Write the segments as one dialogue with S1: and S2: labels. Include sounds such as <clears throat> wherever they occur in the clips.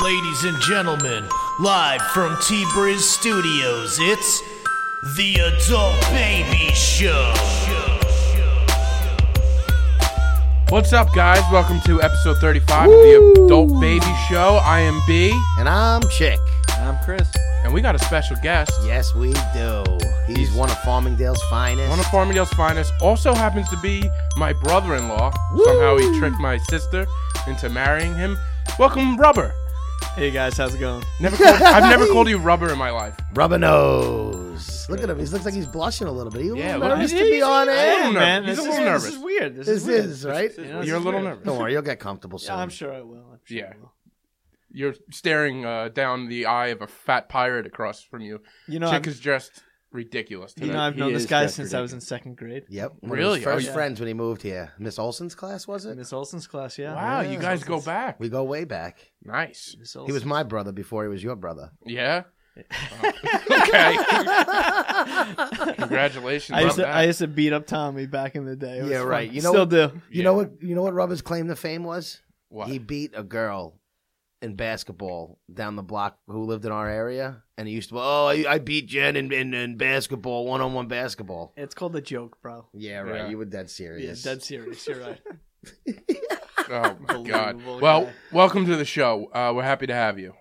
S1: Ladies and gentlemen, live from T Briz Studios, it's The Adult Baby Show.
S2: What's up, guys? Welcome to episode 35 of the Adult Baby Show. I am B,
S3: And I'm Chick.
S4: I'm Chris.
S2: and we got a special guest.
S3: Yes, we do. He's one of Farmingdale's finest.
S2: One of Farmingdale's finest also happens to be my brother in law. Somehow he tricked my sister into marrying him. Welcome, Rubber.
S4: Hey guys, how's it going?
S2: Never called, I've never called you Rubber in my life.
S3: Rubber nose. Look at him. He looks like he's blushing a little bit. He's a little
S2: Yeah, well,
S3: nervous
S2: he's-
S3: to be on
S2: little
S3: air.
S2: nervous.
S4: man,
S2: He's
S4: this
S2: a little
S4: is,
S2: nervous.
S4: This is weird. This,
S3: This
S4: weird.
S3: is, right?
S4: You know, this
S2: You're a
S4: is
S2: little
S4: weird.
S2: nervous.
S3: Don't worry, you'll get comfortable soon.
S4: Yeah, I'm sure I will. I'm sure
S2: Yeah.
S4: I will.
S2: You're staring uh, down the eye of a fat pirate across from you.
S4: You know,
S2: Chick
S4: I've,
S2: is dressed ridiculous today.
S4: you know, I've
S5: He
S4: known this
S5: is
S4: guy
S5: just
S4: since I was in second grade.
S3: Yep. One Of
S2: Really?
S3: his first
S2: Oh, yeah.
S3: friends when he moved here. Miss Olson's class, was it?
S4: Miss Olson's class, yeah.
S2: wow, you
S3: Yeah.
S2: guys go back.
S3: We go way back.
S2: Nice.
S4: Miss
S3: He was
S4: Olsen.
S3: my brother before he was your brother.
S2: Yeah. Uh, okay. Congratulations.
S4: I used
S2: on
S4: to
S2: that.
S4: I used to beat up Tommy back in the day. It was
S3: Yeah,
S4: fun.
S3: right. You know-
S4: still do.
S3: You know what you know what Rubber's claim to fame was?
S2: What?
S3: He beat a girl in basketball down the block who lived in our area, and he used to. Oh, I, I beat Jen in, in, in basketball, one on one basketball.
S4: It's called a joke, bro.
S3: Yeah, right.
S2: Yeah.
S3: You were dead serious.
S4: Yeah,
S3: <laughs>
S4: dead serious. You're right.
S2: oh my god.
S4: Unbelievable
S2: Well,
S4: guy.
S2: welcome to the show. Uh, we're happy to have you.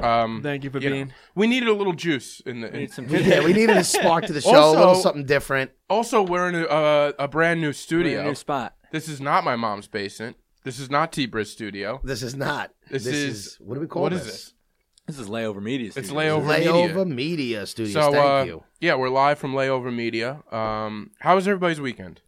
S2: Um,
S4: Thank you for
S2: you know,
S4: being.
S2: we needed a little juice in the. in-
S3: yeah, we needed a spark
S2: <laughs>
S3: to the show, a
S2: Also-
S3: little something different.
S2: also, we're in a, uh, a brand new studio.
S5: Brand new spot.
S2: This is not my mom's basement. This is not T Briz Studio.
S3: This is not.
S2: This is-
S3: what do we call
S2: What
S3: this?
S2: is this?
S5: This is layover media.
S2: It's
S5: Studios.
S2: layover media.
S3: Layover Media Studios.
S2: So,
S3: Thank
S2: uh,
S3: you.
S2: yeah, we're live from Layover Media. Um, how was everybody's weekend?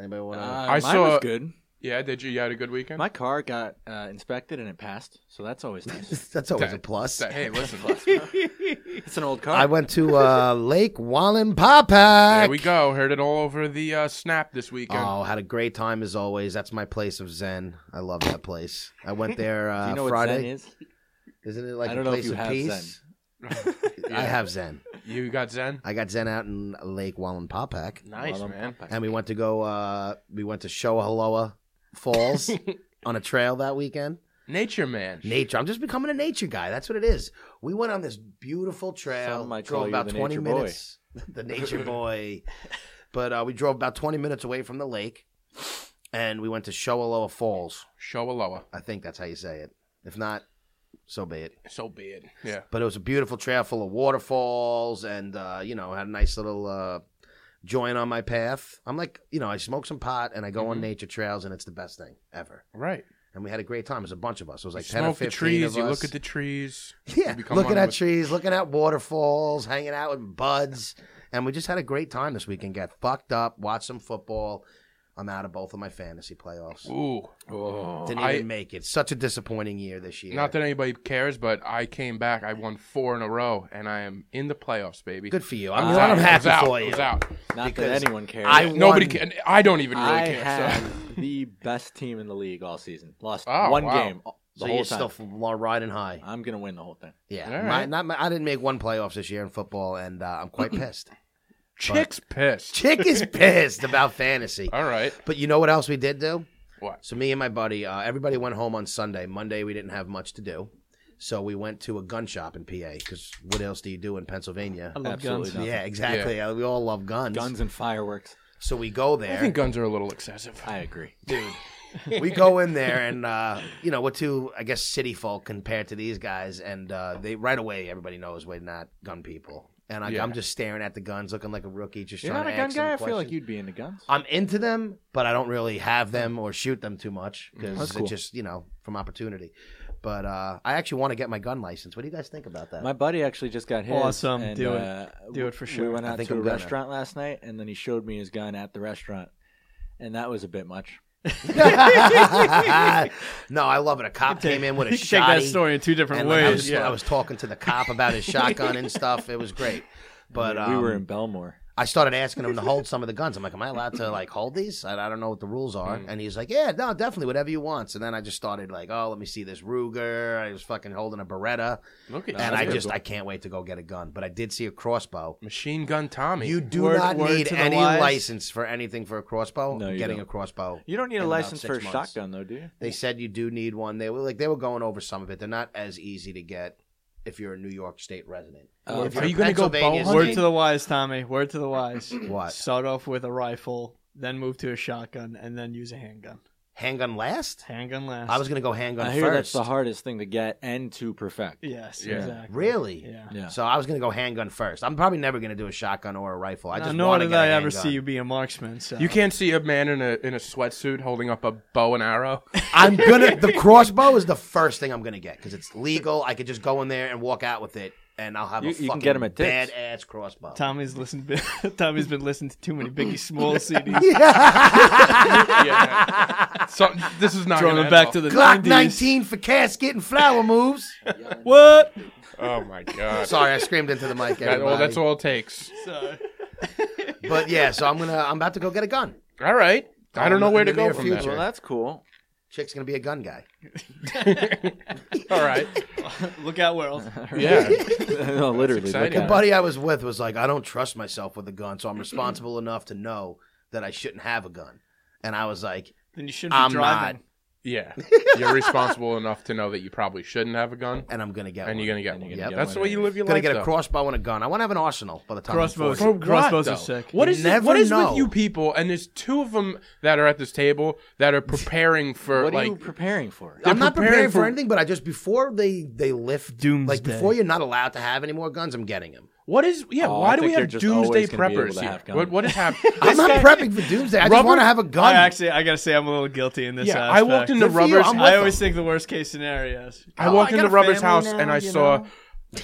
S3: Anybody
S5: Uh,
S3: want to?
S5: I
S2: I
S5: mine
S2: saw-
S5: was good.
S2: Yeah, did you? You had a good weekend.
S5: My car got uh, inspected and it passed, so that's always
S3: <laughs>
S5: nice.
S3: that's always
S2: that-
S3: a plus.
S2: Say, hey, listen,
S5: it's an old car.
S3: I went
S2: <laughs>
S3: to uh, Lake Wallen
S2: there we go. Heard it all over the uh, snap this weekend.
S3: Oh, had a great time as always. That's my place of zen. I love that place. I
S2: <laughs>
S3: went there uh,
S5: Do you know
S3: Friday.
S5: what Zen is?
S3: Isn't it like
S5: I
S3: a
S5: don't know if
S3: place
S5: you
S3: of
S5: have
S3: peace? <laughs> I have zen.
S2: You got Zen.
S3: I got zen out in Lake Wallen Popac,
S2: Nice
S5: Well, I'm
S2: man.
S5: Popeye.
S3: and we went to go. Uh, we went to Shoahaloa
S5: <laughs>
S3: Falls on a trail that weekend.
S2: Nature man.
S3: Nature. I'm just becoming a nature guy. That's what it is. We went on this beautiful trail.
S5: Some might
S3: drove
S5: call you
S3: about
S5: the
S3: 20
S5: nature boy.
S3: minutes. <laughs> the nature boy. But uh, we drove about 20 minutes away from the lake, and we went to Shoaloa Falls.
S2: Shoaloa.
S3: I think that's how you say it. If not, so be it.
S2: So be it. Yeah.
S3: But it was a beautiful trail full of waterfalls, and uh, you know, had a nice little uh, joint on my path. I'm like, you know, I smoke some pot and I go on nature trails, and it's the best thing ever.
S2: Right.
S3: And we had a great time. It was a bunch of us. It was like
S2: you
S3: 10 or
S2: smoke
S3: 15
S2: the trees.
S3: of
S2: You
S3: us.
S2: look at the trees.
S3: Yeah,
S2: become
S3: looking
S2: one
S3: at
S2: with-
S3: trees, looking at waterfalls, hanging out with buds, and we just had a great time this weekend. Got fucked up, watched some football. I'm out of both of my fantasy playoffs.
S2: Ooh.
S3: Didn't
S2: I-
S3: even make it. Such a disappointing year this year.
S2: Not that anybody cares, but I came back. I won four in a row, and I am in the playoffs, baby.
S3: good for you. I'm,
S2: It was
S3: glad
S2: out. It
S3: I'm
S2: was
S3: happy
S2: out.
S3: for
S2: It
S3: you.
S2: was out.
S5: Not
S3: because
S5: that anyone cares.
S3: I won.
S2: Nobody. Ca- I don't even really
S5: I
S2: care.
S5: had
S2: So.
S5: the best team in the league all season. Lost
S2: Oh,
S5: one
S2: wow.
S5: game all- the
S3: So
S5: whole
S3: you're
S5: time.
S3: still f- lo- riding high.
S5: I'm gonna win the whole thing.
S3: Yeah,
S2: All
S3: my,
S2: right.
S3: not my, I didn't make one playoffs this year in football, and uh,
S2: <laughs>
S3: I'm quite pissed.
S2: <laughs> Chick's pissed.
S3: Chick is pissed about fantasy.
S2: All right.
S3: But you know what else we did do?
S2: What?
S3: So me and my buddy, uh, everybody went home on Sunday. Monday we didn't have much to do, so we went to a gun shop in PA because what else do you do in Pennsylvania?
S4: I love
S5: Absolutely
S4: guns.
S3: <laughs>
S5: not.
S3: Yeah, exactly. Uh, We all love guns.
S5: Guns and fireworks.
S3: So we go
S2: I
S3: there.
S2: think guns are a little excessive.
S5: I agree.
S3: we go in there, and uh, you know we're two, I guess, city folk compared to these guys, and uh, they right away everybody knows we're not gun people. And I,
S2: Yeah.
S3: I'm just staring at the guns, looking like a rookie, just
S5: You're
S3: trying
S5: not a
S3: to
S5: gun
S3: ask them
S5: guy. I feel
S3: questions.
S5: like you'd be into guns.
S3: I'm into them, but I don't really have them or shoot them too much because
S5: That's
S3: it's
S5: cool.
S3: just you know from opportunity. But uh, I actually want to get my gun license. What do you guys think about that?
S5: My buddy actually just got his.
S4: Awesome.
S5: and,
S4: Do it.
S5: uh,
S4: Do it for
S5: We
S4: sure.
S5: went
S3: I
S5: out
S3: think
S5: to
S3: I'm
S5: a
S3: gonna.
S5: restaurant last night, and then he showed me his gun at the restaurant, and that was a bit much.
S3: <laughs> no, I love it. A cop came in with a
S4: You can <laughs> take that
S3: shotty,
S4: story in two different
S3: and like, I, was,
S4: ways.
S3: I was talking to the cop about his shotgun and stuff. It was great. But
S5: we were
S3: um,
S5: in Belmore.
S3: I started asking him to hold some of the guns. I'm like, am I allowed to like hold these? I, I don't know what the rules are.
S4: Mm.
S3: And he's like, yeah, no, definitely, whatever you want. So then I just started like, oh, let me see this Ruger. I was fucking holding a Beretta,
S2: Look
S5: Oh,
S2: at
S3: and
S2: you.
S3: I just I can't wait to go get a gun. But I did see a crossbow.
S2: Machine Gun Tommy.
S3: You do
S4: Word-
S3: not
S4: word
S3: need
S4: to the
S3: any
S4: wise.
S3: license for anything for a crossbow.
S5: No,
S3: I'm
S5: you
S3: getting
S5: don't.
S3: a crossbow.
S5: You don't need
S3: in
S5: a
S3: about
S5: license
S3: six
S5: for a
S3: months.
S5: shotgun, though, do you?
S3: They said you do need one. They were like they were going over some of it. They're not as easy to get if you're a New York State resident.
S5: Oh,
S3: if
S5: are
S3: you're
S2: you gonna go
S3: Pennsylvania
S2: bow
S3: State-
S4: Word to the wise, Tommy. Word to the wise.
S3: <clears throat> What?
S4: Start off with a rifle, then move to a shotgun, and then use a handgun.
S3: handgun last?
S4: Handgun last.
S3: I was gonna go handgun
S5: I hear
S3: first.
S5: that's the hardest thing to get and to perfect.
S4: Yes.
S2: Yeah.
S4: Exactly.
S3: Really?
S4: Yeah.
S5: Yeah.
S3: So I was gonna go handgun first. I'm probably never gonna do a shotgun or a rifle. I
S4: Now,
S3: just
S4: nor
S3: want to
S4: did
S3: get a
S4: I ever
S3: handgun.
S4: see you be a marksman. So
S2: You can't see a man in a in a sweatsuit holding up a bow and <laughs> arrow.
S3: I'm gonna.
S2: <laughs>
S3: The crossbow is the first thing I'm gonna get because it's legal. I could just go in there and walk out with it, and I'll have
S5: You-
S3: a
S5: you can
S3: fucking
S5: get 'em at Dick's.
S3: badass crossbow. <laughs>
S4: Tommy's listened. <laughs> Tommy's been listening to too many Biggie Small CDs.
S2: yeah. So this is not
S4: Throwing
S2: gonna end
S4: it back
S2: well.
S4: to the
S3: Glock
S4: 90s.
S3: 19 for casket and flower moves.
S4: What?
S2: Oh my god.
S3: Sorry, I screamed into the mic.
S2: That-
S3: Everybody.
S2: well, that's all it takes.
S4: So,
S3: But yeah, so I'm gonna. I'm about to go get a gun.
S2: All right. I don't know
S3: in
S2: where
S3: the
S2: to go
S3: near
S2: from
S3: future.
S5: Well,
S2: there.
S5: that's cool.
S3: Chick's gonna be a gun guy.
S2: All right.
S4: look
S2: <laughs>
S4: out, world.
S2: Yeah.
S5: <laughs> no, literally. look
S2: exciting.
S5: at
S3: The
S5: it.
S3: buddy I was with was like, I don't trust myself with a
S2: <clears throat>
S3: gun, so I'm responsible enough to know that I shouldn't have a gun. And I was like,
S4: Then you shouldn't be
S3: I'm
S4: driving.
S3: not,
S2: Yeah. You're responsible enough to know that you probably shouldn't have a gun,
S3: and I'm gonna get
S2: and
S3: one.
S2: you're gonna get
S5: And
S2: one.
S5: you're
S2: Yep.
S3: gonna get
S2: That's the
S5: one
S2: way you live your
S3: gonna
S2: life.
S3: get a
S2: though.
S3: crossbow and a gun. I want to have an arsenal by the time. I'm 40.
S4: Crossbows.
S2: For what,
S4: Crossbows are
S2: though?
S4: sick.
S2: What
S3: You
S2: is
S3: never
S2: what is with
S3: know.
S2: you people? And there's two of them that are at this table that are preparing for
S5: What are
S2: like
S5: you preparing for?
S3: I'm not
S2: preparing
S3: preparing for
S2: for-
S3: anything, but I just before they they lift like
S4: Doomsday.
S3: before you're not allowed to have any more guns, I'm getting them.
S2: what is yeah?
S5: Oh,
S2: why
S5: I
S2: do
S5: think
S2: we
S5: you're
S2: have
S5: just
S2: doomsday
S5: always gonna be able
S2: preppers
S5: to
S2: here?
S5: have guns.
S2: What what is <laughs>
S3: I'm
S2: happening?
S3: not prepping for doomsday. I just
S2: Rubber-
S3: want to have a gun.
S4: I actually, I gotta say, I'm a little guilty in this.
S2: yeah, I walked
S4: aspect.
S2: into
S3: Good for you,
S2: rubbers.
S3: I'm
S4: I
S3: with
S4: always
S3: them.
S4: think the worst case scenarios.
S2: I walked
S3: I got
S2: into
S3: a
S2: Rubber's
S5: family
S2: house
S5: now,
S2: and I
S5: you
S2: saw
S5: know.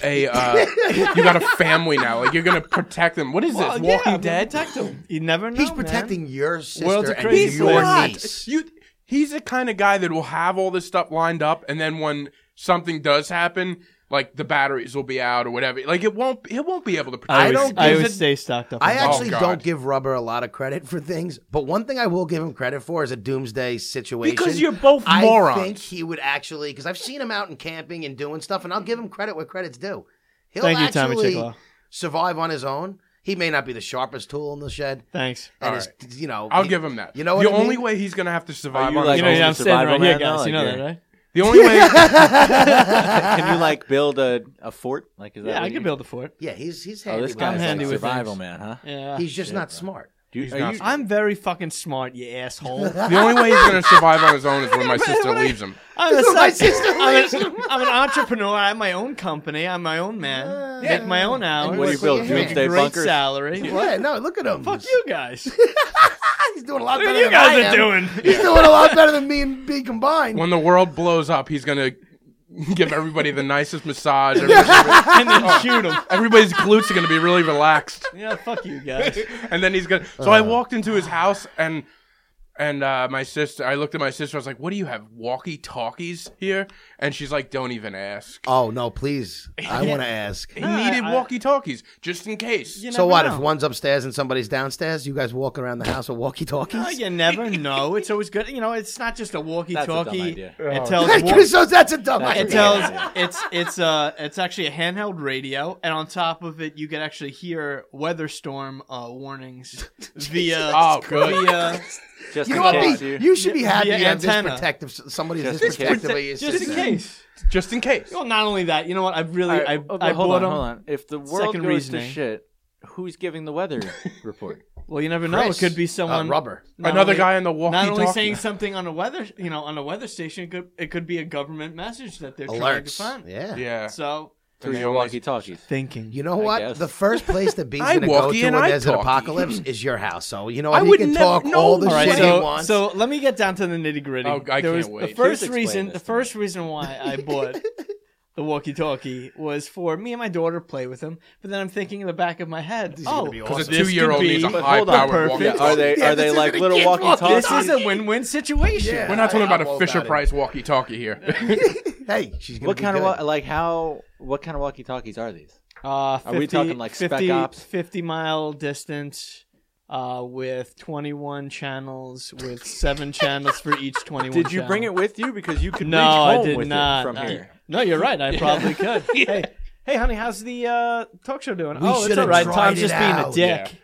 S2: a uh, you got a family now. Like you're gonna protect them. What is this? Walking Dead?
S4: Protect him. You never know.
S3: Oh, He's
S4: man.
S3: protecting your sister
S4: World's a
S3: and
S4: crazy
S3: your
S4: place.
S3: niece.
S2: You he's the kind of guy that will have all this stuff lined up and then when something does happen, like the batteries will be out or whatever. Like it won't it won't be able to protect.
S4: I
S3: I
S4: always,
S3: don't
S4: I
S3: give
S4: always
S3: a-
S4: stay stocked up.
S3: I
S4: on-
S3: actually
S2: God.
S3: don't give Rubber a lot of credit for things, but one thing I will give him credit for is a doomsday situation.
S2: Because you're both morons.
S3: I think he would actually, because I've seen him out in camping and doing stuff, and I'll give him credit where credit's due. He'll
S4: Thank you, Tommy
S3: actually
S4: Chicklaw.
S3: survive on his own. He may not be the sharpest tool in the shed,
S4: Thanks.
S3: and
S2: All
S3: his, you know,
S2: I'll
S3: he-
S2: give him that.
S3: You know what
S2: the
S3: I mean?
S2: only way he's gonna have to survive
S5: you
S2: on his
S5: like-
S4: You know,
S2: own-
S5: Always <laughs>
S4: yeah,
S5: a
S4: I'm standing
S5: survival
S4: right here,
S5: man, though,
S4: guys. You know
S5: like,
S4: that,
S5: yeah.
S4: right?
S2: the only
S5: <laughs>
S2: way
S5: Can <laughs> you like build a, a fort? Like is that?
S4: Yeah,
S5: what
S4: I
S5: you-
S4: can build a fort.
S3: Yeah, he's he's handy.
S5: Oh, this
S3: with
S4: I'm
S5: guy's
S3: it.
S5: handy
S4: handy
S5: like
S4: with
S5: survival
S4: things.
S5: man, huh?
S4: Yeah.
S3: He's just not smart.
S5: Do you,
S2: He's
S5: are
S2: not
S5: you-
S4: I'm very fucking smart, you
S3: <laughs>
S4: asshole.
S2: the only way he's gonna survive on his own is when my sister leaves him.
S4: I'm, a
S3: That's what my
S4: side-
S3: sister
S4: I'm,
S3: leaves
S4: an, I'm an entrepreneur. I have my own company. I'm my own man. Make my own hours.
S5: what do you
S3: Look,
S5: build?
S3: yeah.
S4: Make
S5: Doomsday
S4: a great
S5: bunkers.
S4: salary. What?
S3: Yeah, no, look at him.
S4: Fuck you
S3: <laughs>
S4: guys.
S3: He's doing a lot
S4: What
S3: better
S4: you
S3: than I
S4: guys
S3: am. <laughs>
S4: are doing?
S3: He's doing a lot better than me and B combined.
S2: When the world blows up, he's gonna give everybody the nicest massage. Everybody's, gonna
S4: and
S3: Oh.
S4: then shoot them.
S2: be- everybody's glutes are gonna be really relaxed.
S4: Yeah, fuck
S3: <laughs>
S4: you guys.
S2: and then he's gonna. So I walked into his house and and uh, my sister. I looked at my sister. I was like, "What do you have? Walkie talkies here?" And she's like, "Don't even ask."
S3: Oh no, please! I want to ask.
S2: He needed
S4: I-
S2: walkie talkies just in case.
S4: You
S3: So
S4: never
S3: what
S4: know.
S3: if one's upstairs and somebody's downstairs? You guys walking around the house with walkie <laughs>
S4: Oh,
S3: talkies?
S4: you never know. It's always good. You know, it's not just a walkie-talkie.
S5: idea.
S3: Oh. <laughs>
S4: It tells. wa-
S3: so that's a dumb
S5: That's
S3: idea.
S4: it
S5: a
S4: tells.
S5: bad idea.
S4: It's it's uh it's actually a handheld radio, and on top of it, you can actually hear weather storm uh, warnings via
S2: Oh, good.
S4: via
S5: Just
S3: You
S5: in
S3: know what?
S5: case
S3: B?
S5: you.
S3: You should be happy
S4: Yeah,
S3: you have this
S4: antenna.
S3: protective. Somebody's
S5: Just
S3: this
S5: in case.
S3: protective. of your
S4: just in
S3: sister.
S4: case.
S2: Just in case.
S4: Well, not only that, you know what? I really
S5: All right,
S4: I
S5: oh, but
S4: I
S5: hold
S4: bought
S5: on,
S4: them.
S5: hold on. If the world
S4: Second
S5: goes
S4: reasoning.
S5: to shit, who's giving the <laughs> weather report?
S4: Well, you never know.
S3: Chris,
S4: it could be
S3: uh,
S4: someone
S3: rubber.
S4: not
S2: Another
S4: only-
S2: guy on the
S4: Not only
S2: walkie-talkie.
S4: saying something on a weather, you know, on a weather station, it could it could be a government message that they're trying to
S3: Alerts.
S4: find.
S3: Yeah.
S2: Yeah.
S4: So
S5: Through
S2: they
S5: your
S2: always-
S5: walkie-talkies.
S4: thinking,
S3: You know
S5: I
S3: what?
S5: guess.
S3: The first place that
S2: <laughs>
S3: B's
S2: I
S3: gonna go
S2: walkie
S3: to when
S2: and I
S3: there's an
S2: talkie.
S3: apocalypse is your house. So you know
S2: I
S3: what? He
S2: would
S3: can
S2: never-
S3: talk
S2: no,
S3: all the
S4: All right,
S3: shit he
S4: so,
S3: wants.
S4: so let me get down to the nitty gritty.
S2: Oh, I can't wait.
S4: The first
S5: Please explain
S4: reason,
S5: this
S4: the
S5: to
S4: first reason why I bought the walkie-talkie was for me and my daughter to play with them. But then I'm thinking in the back of my head, oh,
S3: be
S2: Because
S3: awesome.
S2: a two-year-old
S4: This could
S2: needs
S4: <laughs>
S2: a
S4: be- but
S5: hold on,
S2: high-powered
S4: perfect.
S2: walkie.
S5: <laughs> Yeah, are they
S3: Yeah,
S5: are they
S3: this
S5: like
S3: isn't a
S5: little
S3: kid's
S5: walkie-talkies?
S4: this is a win-win situation.
S3: Yeah.
S2: We're not talking
S3: I-
S2: about
S3: I'm all
S2: a
S3: about
S2: Fisher
S3: it.
S2: Price
S3: <laughs>
S2: walkie-talkie here.
S3: hey, she's gonna
S5: What
S3: be
S5: kind of
S3: good.
S5: wa- like how? What kind of walkie-talkies are these?
S4: Uh, 50,
S5: Are we talking like Spec
S4: 50
S5: Ops?
S4: 50 mile distance uh, with 21 channels, with seven channels for
S5: <laughs>
S4: each 21
S5: Did you bring
S4: channel.
S5: it with you because you could
S4: No,
S5: reach home
S4: I did
S5: with it
S4: not.
S5: from
S4: no.
S5: here?
S4: No, you're right. I
S3: <laughs>
S4: probably could. Hey, hey, honey, how's the uh, talk show doing?
S3: We
S4: oh, it's
S3: shoulda
S4: all right.
S3: tried
S4: Tom's
S3: it
S4: just
S3: out.
S4: being a dick.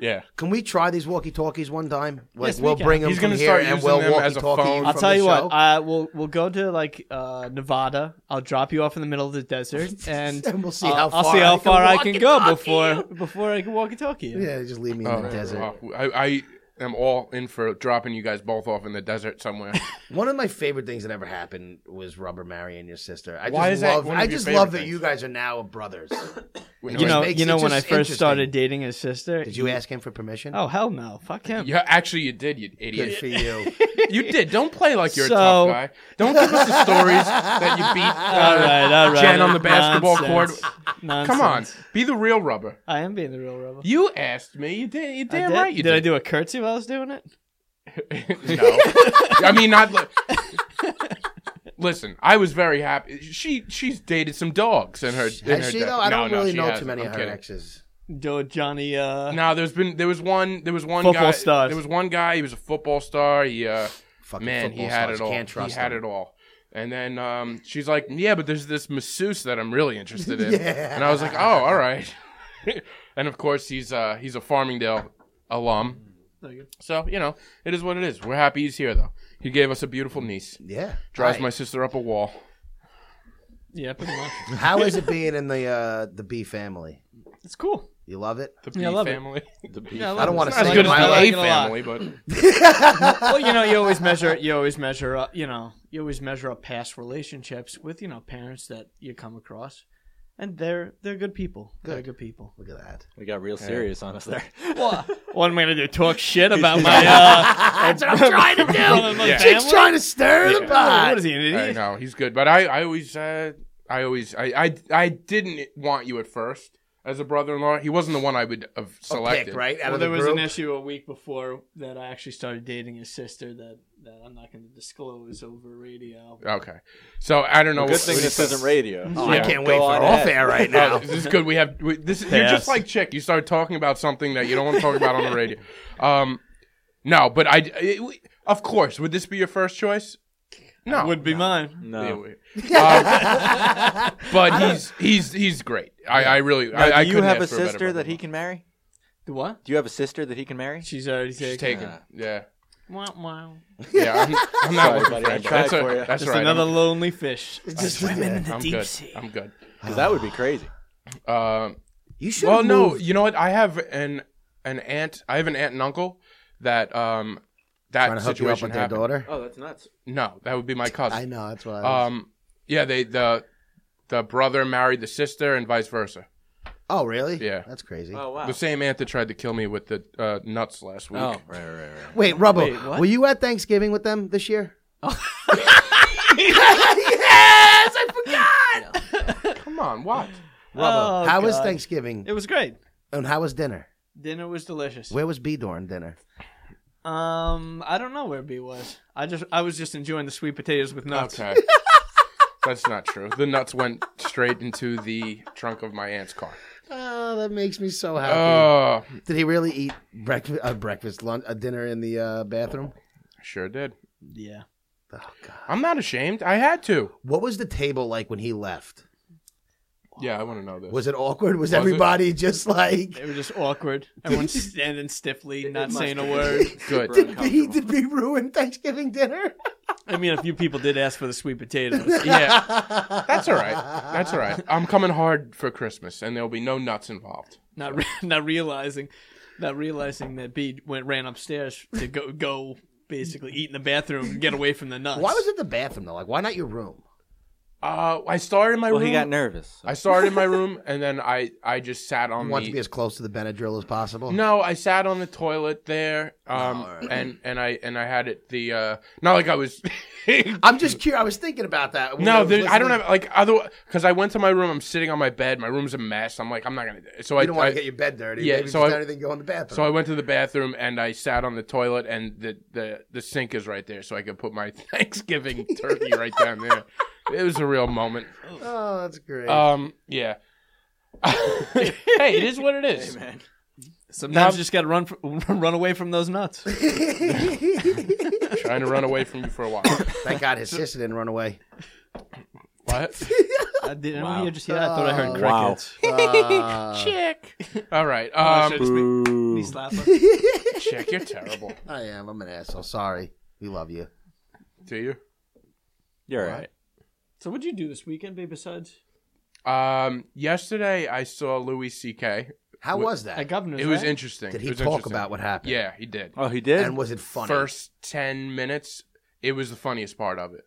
S2: Yeah.
S3: Can we try these walkie talkies one time? Like,
S4: Yes, we
S3: we'll
S4: can.
S3: bring them
S2: He's
S3: from
S2: gonna
S3: here
S2: start
S3: and
S2: using
S3: we'll
S2: them
S3: walkie
S2: as a phone.
S3: talkie.
S4: I'll tell you what. I will. We'll go to like uh, Nevada. I'll drop you off in the middle of
S3: <laughs>
S4: the desert, and,
S3: And we'll see
S4: I'll-
S3: how
S4: I'll
S3: far
S4: see
S3: I
S4: how
S3: can
S4: far I can go
S3: walkie-talkie
S4: before before I can walkie-talkie you.
S3: yeah, just leave me in the desert.
S2: Oh, I, I am all in for dropping you guys both off in the desert
S4: <laughs>
S2: somewhere.
S3: One of my favorite things that ever happened was Rubber marrying your sister. I
S2: Why
S3: just
S2: is that
S3: love.
S2: one of
S3: I
S2: your
S3: just
S2: favorite
S3: love that
S2: things?
S3: you guys are now brothers.
S4: You know,
S3: makes
S4: you know
S3: it
S4: when I
S3: just
S4: first started
S3: interesting.
S4: dating his sister.
S3: Did you ask him for permission?
S4: Oh hell no! Fuck him.
S2: yeah, actually, you did, you
S3: good
S2: idiot. <laughs>
S3: for you.
S2: You did. Don't play like you're a
S4: So-
S2: tough guy. Don't give us the stories that
S4: <laughs>
S2: you beat
S4: All
S2: uh,
S4: right, all right.
S2: Jen on the basketball
S4: Nonsense.
S2: court.
S4: Nonsense.
S2: Come on, be the real rubber.
S4: I am being the real rebel.
S2: You asked me. You did. You
S4: I
S2: damn
S4: did?
S2: right. You
S4: did I do a curtsy while I was doing it?
S2: <laughs> no, I mean not. Li-
S4: <laughs>
S2: Listen, I was very happy. She she's dated some dogs in her. in her
S3: Has she
S2: day.
S3: though? I
S2: No,
S3: don't
S2: no,
S3: really
S2: she
S3: know too
S2: hasn't.
S3: many
S2: I'm
S3: of her
S2: kidding.
S3: exes.
S4: Do a Johnny. Uh,
S2: No, there's been there was one there was one
S4: Football
S2: guy
S4: stars.
S2: there was one guy he was a football star he uh
S3: Fucking
S2: man he
S3: football
S2: had
S3: stars.
S2: it all
S3: Can't trust
S2: he had
S3: them.
S2: it all and then um she's like yeah but there's this masseuse that I'm really interested
S4: <laughs>
S2: in
S3: Yeah.
S2: and I was like oh all right <laughs> and of course he's uh he's a Farmingdale alum
S4: There you go.
S2: so you know it is what it is we're happy he's here though he gave us a beautiful niece
S3: Yeah.
S2: drives
S3: Right.
S2: my sister up a wall
S4: Yeah, pretty
S3: <laughs>
S4: much.
S3: How is it being in the uh, the B family?
S4: It's cool.
S3: You love it?
S2: the B
S4: Yeah, I love it.
S2: family
S5: The beef.
S4: Yeah,
S3: I don't
S4: it.
S3: wanna
S4: It's
S2: not as
S3: say
S2: good
S4: like I'm
S2: as
S4: not
S2: the A
S4: gonna lie.
S2: family but
S4: well, you know, you always measure. You always measure up. You know, you always measure up past relationships with you know parents that you come across, and they're they're good people. They're
S3: Good.
S4: good <laughs> people.
S3: Look at that.
S5: We got real serious on us there.
S4: What? what am I gonna do? Talk shit about my? Uh,
S3: <laughs> That's what I'm trying to do.
S2: <laughs> Yeah.
S3: Chick's trying to stir the <laughs> pot.
S4: uh, What is he an
S2: I
S4: idiot?
S2: know he's good, but I, I always, uh, I always, I, I, I didn't want you at first as a brother-in-law. He wasn't the one I would have selected,
S3: Pick, right? Out
S4: Well,
S3: of the
S4: there was
S3: group.
S4: an issue a week before that I actually started dating his sister that, that I'm not going to disclose over radio.
S2: Okay, so I don't know.
S5: Good
S2: <laughs>
S5: thing this isn't radio.
S3: Oh, I
S2: Yeah.
S3: can't wait
S5: Go
S3: for
S5: on
S3: off
S5: ahead.
S2: <laughs>
S3: air right
S2: Oh,
S3: now.
S2: this is good. We have we, this. You're just
S4: Pass.
S2: like chick. You start talking about something that you don't want to talk about on the radio. Um, no, but I, it- we- of course, would this be your first choice?
S3: Oh,
S2: No,
S4: Would be mine.
S2: Yeah,
S5: No.
S2: we-
S5: <laughs>
S2: um, but he's he's he's great. I, I really. I, I
S5: do you
S2: couldn't
S5: have a
S2: ask for better
S5: sister that he
S2: brother-in-law.
S5: can marry?
S4: The what?
S5: Do you have a sister that he can marry?
S4: She's already taken.
S2: She's taken. Yeah.
S4: Wow, wow.
S2: Yeah, I'm, I'm not
S5: Sorry,
S2: looking
S5: buddy,
S2: for
S5: I
S2: anybody.
S5: tried
S2: That's, a-
S5: for ya.
S2: that's
S4: Just
S2: right.
S4: another
S2: I'm,
S4: lonely fish. It's just women in the
S2: I'm
S4: deep
S2: good.
S4: sea.
S2: I'm good.
S5: Because that would be crazy.
S2: Um,
S3: You should.
S2: well, no, you know what? I have an an aunt. I have an aunt and uncle that um that
S3: Trying to hook you up
S2: situation
S3: with their
S2: happened.
S3: daughter.
S5: Oh, that's nuts.
S2: No, that would be my
S3: I
S2: cousin.
S3: know. That's why. I was-
S2: Um, yeah, they the the brother married the sister and vice versa.
S3: oh, really?
S2: yeah.
S3: That's crazy.
S5: Oh, wow.
S2: The same aunt that tried to kill me with the uh, nuts last week.
S5: Oh, right, right, right. right.
S3: Wait, Rubble,
S4: Wait, what?
S3: were you at Thanksgiving with them this year? yes, I forgot.
S2: Come on, what?
S3: Rubble, how was
S4: Oh, God.
S3: Thanksgiving
S4: It was great.
S3: and how was dinner?
S4: Dinner was delicious.
S3: Where was B during dinner?
S4: Um, I don't know where B was. I just I was just enjoying the sweet potatoes with nuts.
S2: Okay.
S4: <laughs>
S2: That's not true. The nuts went straight into the trunk of my aunt's car.
S3: Oh, that makes me so happy.
S2: Oh,
S3: Did he really eat breakfast, uh, breakfast, lunch, a dinner in the uh, bathroom?
S2: sure did.
S4: Yeah.
S3: Oh God!
S2: I'm not ashamed. I had to.
S3: What was the table like when he left?
S2: Yeah, I want to know this.
S3: Was it awkward? Was,
S2: it-
S3: everybody <laughs> just like?
S4: They were just awkward. Everyone standing stiffly, not saying a word.
S2: Good.
S5: Super
S3: Did he,
S5: uncomfortable.
S3: did we ruin Thanksgiving dinner?
S4: I mean, a few people did ask for the sweet potatoes.
S2: yeah, that's all <laughs> right. That's all right. I'm coming hard for Christmas, and there'll be no nuts involved.
S4: not re- not realizing not realizing that B went ran upstairs to go go basically eat in the bathroom and get away from the nuts.
S3: <laughs> Why was it the bathroom though? Like, why not your room?
S2: Uh, I started in my
S5: Well,
S2: room.
S5: he got nervous.
S2: I started in my room, and then I I just sat on
S3: You want to be
S2: the.
S3: as close to the Benadryl as possible.
S2: No, I sat on the toilet there, um,
S3: all right.
S2: and and I and I had it the uh, not like I was. <laughs>
S3: I'm just curious. I was thinking about that. when
S2: No,
S3: was
S2: there, I don't
S3: listening.
S2: have like other because I went to my room. I'm sitting on my bed. My room's a mess. I'm like, I'm not gonna. do it. So I
S3: You don't want
S2: I-
S3: to get your bed dirty.
S2: Yeah,
S3: Yeah, Maybe
S2: so
S3: so
S2: I-
S3: anything go in the bathroom.
S2: So I went to the bathroom and I sat on the toilet, and the the, the sink is right there, so I could put my <laughs> Thanksgiving turkey right down there. It was a real moment.
S3: oh, that's great.
S2: Um, yeah. <laughs> hey, it is what it is.
S5: man.
S4: Sometimes you just got to run, <laughs> fr- run away from those nuts.
S2: Trying to run away from you for
S3: <laughs>
S2: a while.
S3: <laughs> Thank God his sister didn't run <laughs> away.
S2: What?
S4: I didn't
S5: Wow.
S4: hear just hear that. I thought I heard
S5: Wow.
S4: crickets.
S3: Uh,
S2: <laughs> All right.
S3: Oh,
S4: I
S2: Um,
S4: should've spe-
S5: Boo.
S4: knee slapper.
S2: <laughs> check. You're terrible.
S3: I am. I'm an asshole. Sorry. We love you.
S2: Do you?
S5: You're right.
S4: <laughs> so what'd you do this weekend, babe? Besides,
S2: Um, yesterday I saw Louis C.K.
S3: How
S2: Wh-
S3: was that?
S4: at governor's.
S2: It was
S4: right?
S2: interesting.
S3: Did
S2: It
S3: he
S2: was
S3: talk
S2: interesting.
S3: about what happened?
S2: Yeah, he did.
S5: Oh, he did.
S3: And was it funny?
S2: First ten minutes, it was the funniest part
S3: <sighs>
S2: of it.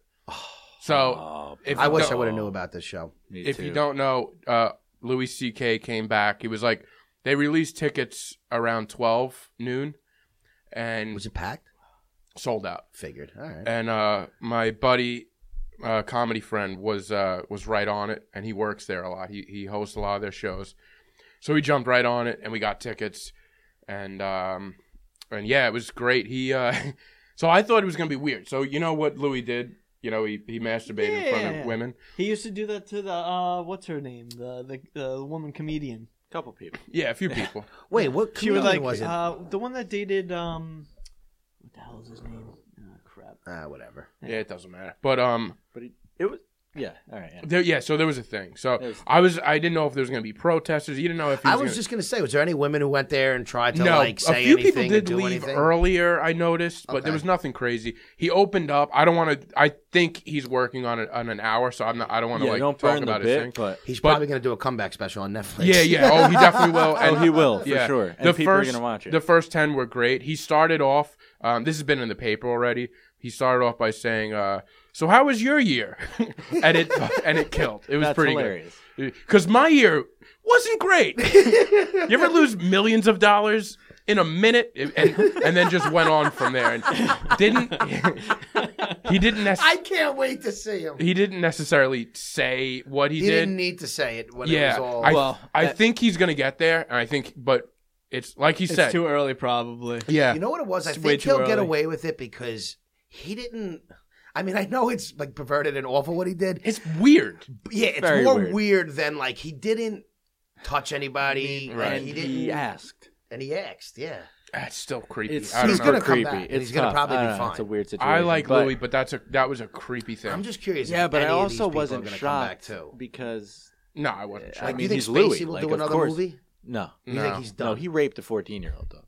S2: So
S5: Oh,
S2: if
S3: I
S2: you
S3: wish
S2: don't-
S3: I would have knew about this show.
S5: me
S2: if you
S5: too.
S2: don't know, uh, Louis C.K. came back. He was like, they released tickets around twelve noon, and
S3: Was it packed?
S2: sold out.
S3: Figured. All right.
S2: and uh, my buddy, uh, comedy friend, was uh, was right on it, and he works there a lot. He he hosts a lot of their shows, so he jumped right on it, and we got tickets, and um, and yeah, it was great. He uh, <laughs> so I thought it was gonna be weird. So you know what Louis did? You know he he masturbated in front
S4: Yeah.
S2: of women.
S4: He used to do that to the uh, what's her name, the the uh, woman comedian.
S5: couple people.
S2: Yeah, a few people.
S3: Wait, what
S4: She was
S3: comedian
S4: like
S3: was it?
S4: uh, the one that dated um, what the hell is his name? Oh, crap.
S3: ah, whatever.
S2: yeah, it doesn't matter. But um,
S5: But it, it was. Yeah. All right. Yeah.
S2: there, yeah. So there was a thing. So
S5: There was-
S2: I was I didn't know if there was gonna be protesters. You didn't know if he
S3: I
S2: was
S3: was
S2: gonna-
S3: just gonna say, was there any women who went there and tried to like
S2: a
S3: say
S2: few
S3: anything
S2: people
S3: and
S2: did
S3: do
S2: leave
S3: anything?
S2: earlier. I noticed, but
S3: Okay.
S2: there was nothing crazy. He opened up. I don't want to. I think he's working on, a, on an hour, so I'm not. I don't want to
S5: yeah
S2: like
S5: don't
S2: talk
S5: burn the
S2: about
S5: bit,
S2: his thing.
S5: but
S3: He's
S2: But-
S3: probably gonna do a comeback special on Netflix.
S2: Yeah, yeah. Oh, he definitely will.
S5: <laughs> oh,
S2: And
S5: he will for
S2: yeah.
S5: sure. And
S2: the
S5: people
S2: first,
S5: are gonna watch it.
S2: the first ten were great. He started off. Um, this has been in the paper already. He started off by saying, uh, "So how was your year?" <laughs> and it and it killed. It was
S5: That's
S2: pretty good.
S5: hilarious.
S2: Because my year wasn't
S3: <laughs>
S2: great. you ever lose millions of dollars in a minute, and, and then just went on from there, and
S3: <laughs>
S2: didn't he didn't nec-
S3: <laughs> I can't wait to see him. He,
S2: he didn't necessarily say what he,
S3: did.
S2: did.
S3: not need to say it when
S2: yeah,
S3: it was all.
S2: I,
S4: Well,
S2: I
S4: that-
S2: think he's gonna get there, and I think, but it's like he
S4: It's
S2: said,
S4: too early, probably.
S2: yeah,
S3: you know what it was? I
S4: It's way
S3: think
S4: too
S3: he'll get
S4: early.
S3: away with it because he didn't. I mean, I know it's like perverted and awful what he did.
S2: it's weird.
S3: But yeah, it's
S5: Very
S3: more weird.
S5: weird.
S3: than like he didn't touch anybody
S2: Right.
S3: and he
S5: And
S3: didn't
S5: he asked.
S3: and he asked. Yeah,
S2: Ah, It's still creepy.
S5: It's
S2: I don't
S3: He's
S2: know.
S3: gonna
S5: super
S3: come
S5: creepy.
S3: back, and
S5: It's
S3: he's gonna
S5: tough.
S3: probably
S5: I
S3: be
S5: don't know.
S3: fine.
S5: It's a weird situation.
S2: I like
S5: but,
S2: Louis, but that's a that was a creepy thing.
S3: I'm just curious.
S5: Yeah,
S3: if
S5: but I
S3: any of these
S5: also
S3: people are
S5: wasn't
S3: gonna come
S5: shocked
S3: back too.
S5: because
S2: no, I wasn't.
S5: I
S2: Sure.
S3: Like, do you
S5: mean,
S3: think
S5: he's Louis.
S3: Spacey will
S5: Like,
S3: do
S5: of
S3: another
S5: course.
S3: movie?
S5: no,
S3: You think he's done?
S5: no, he raped a fourteen-year-old though.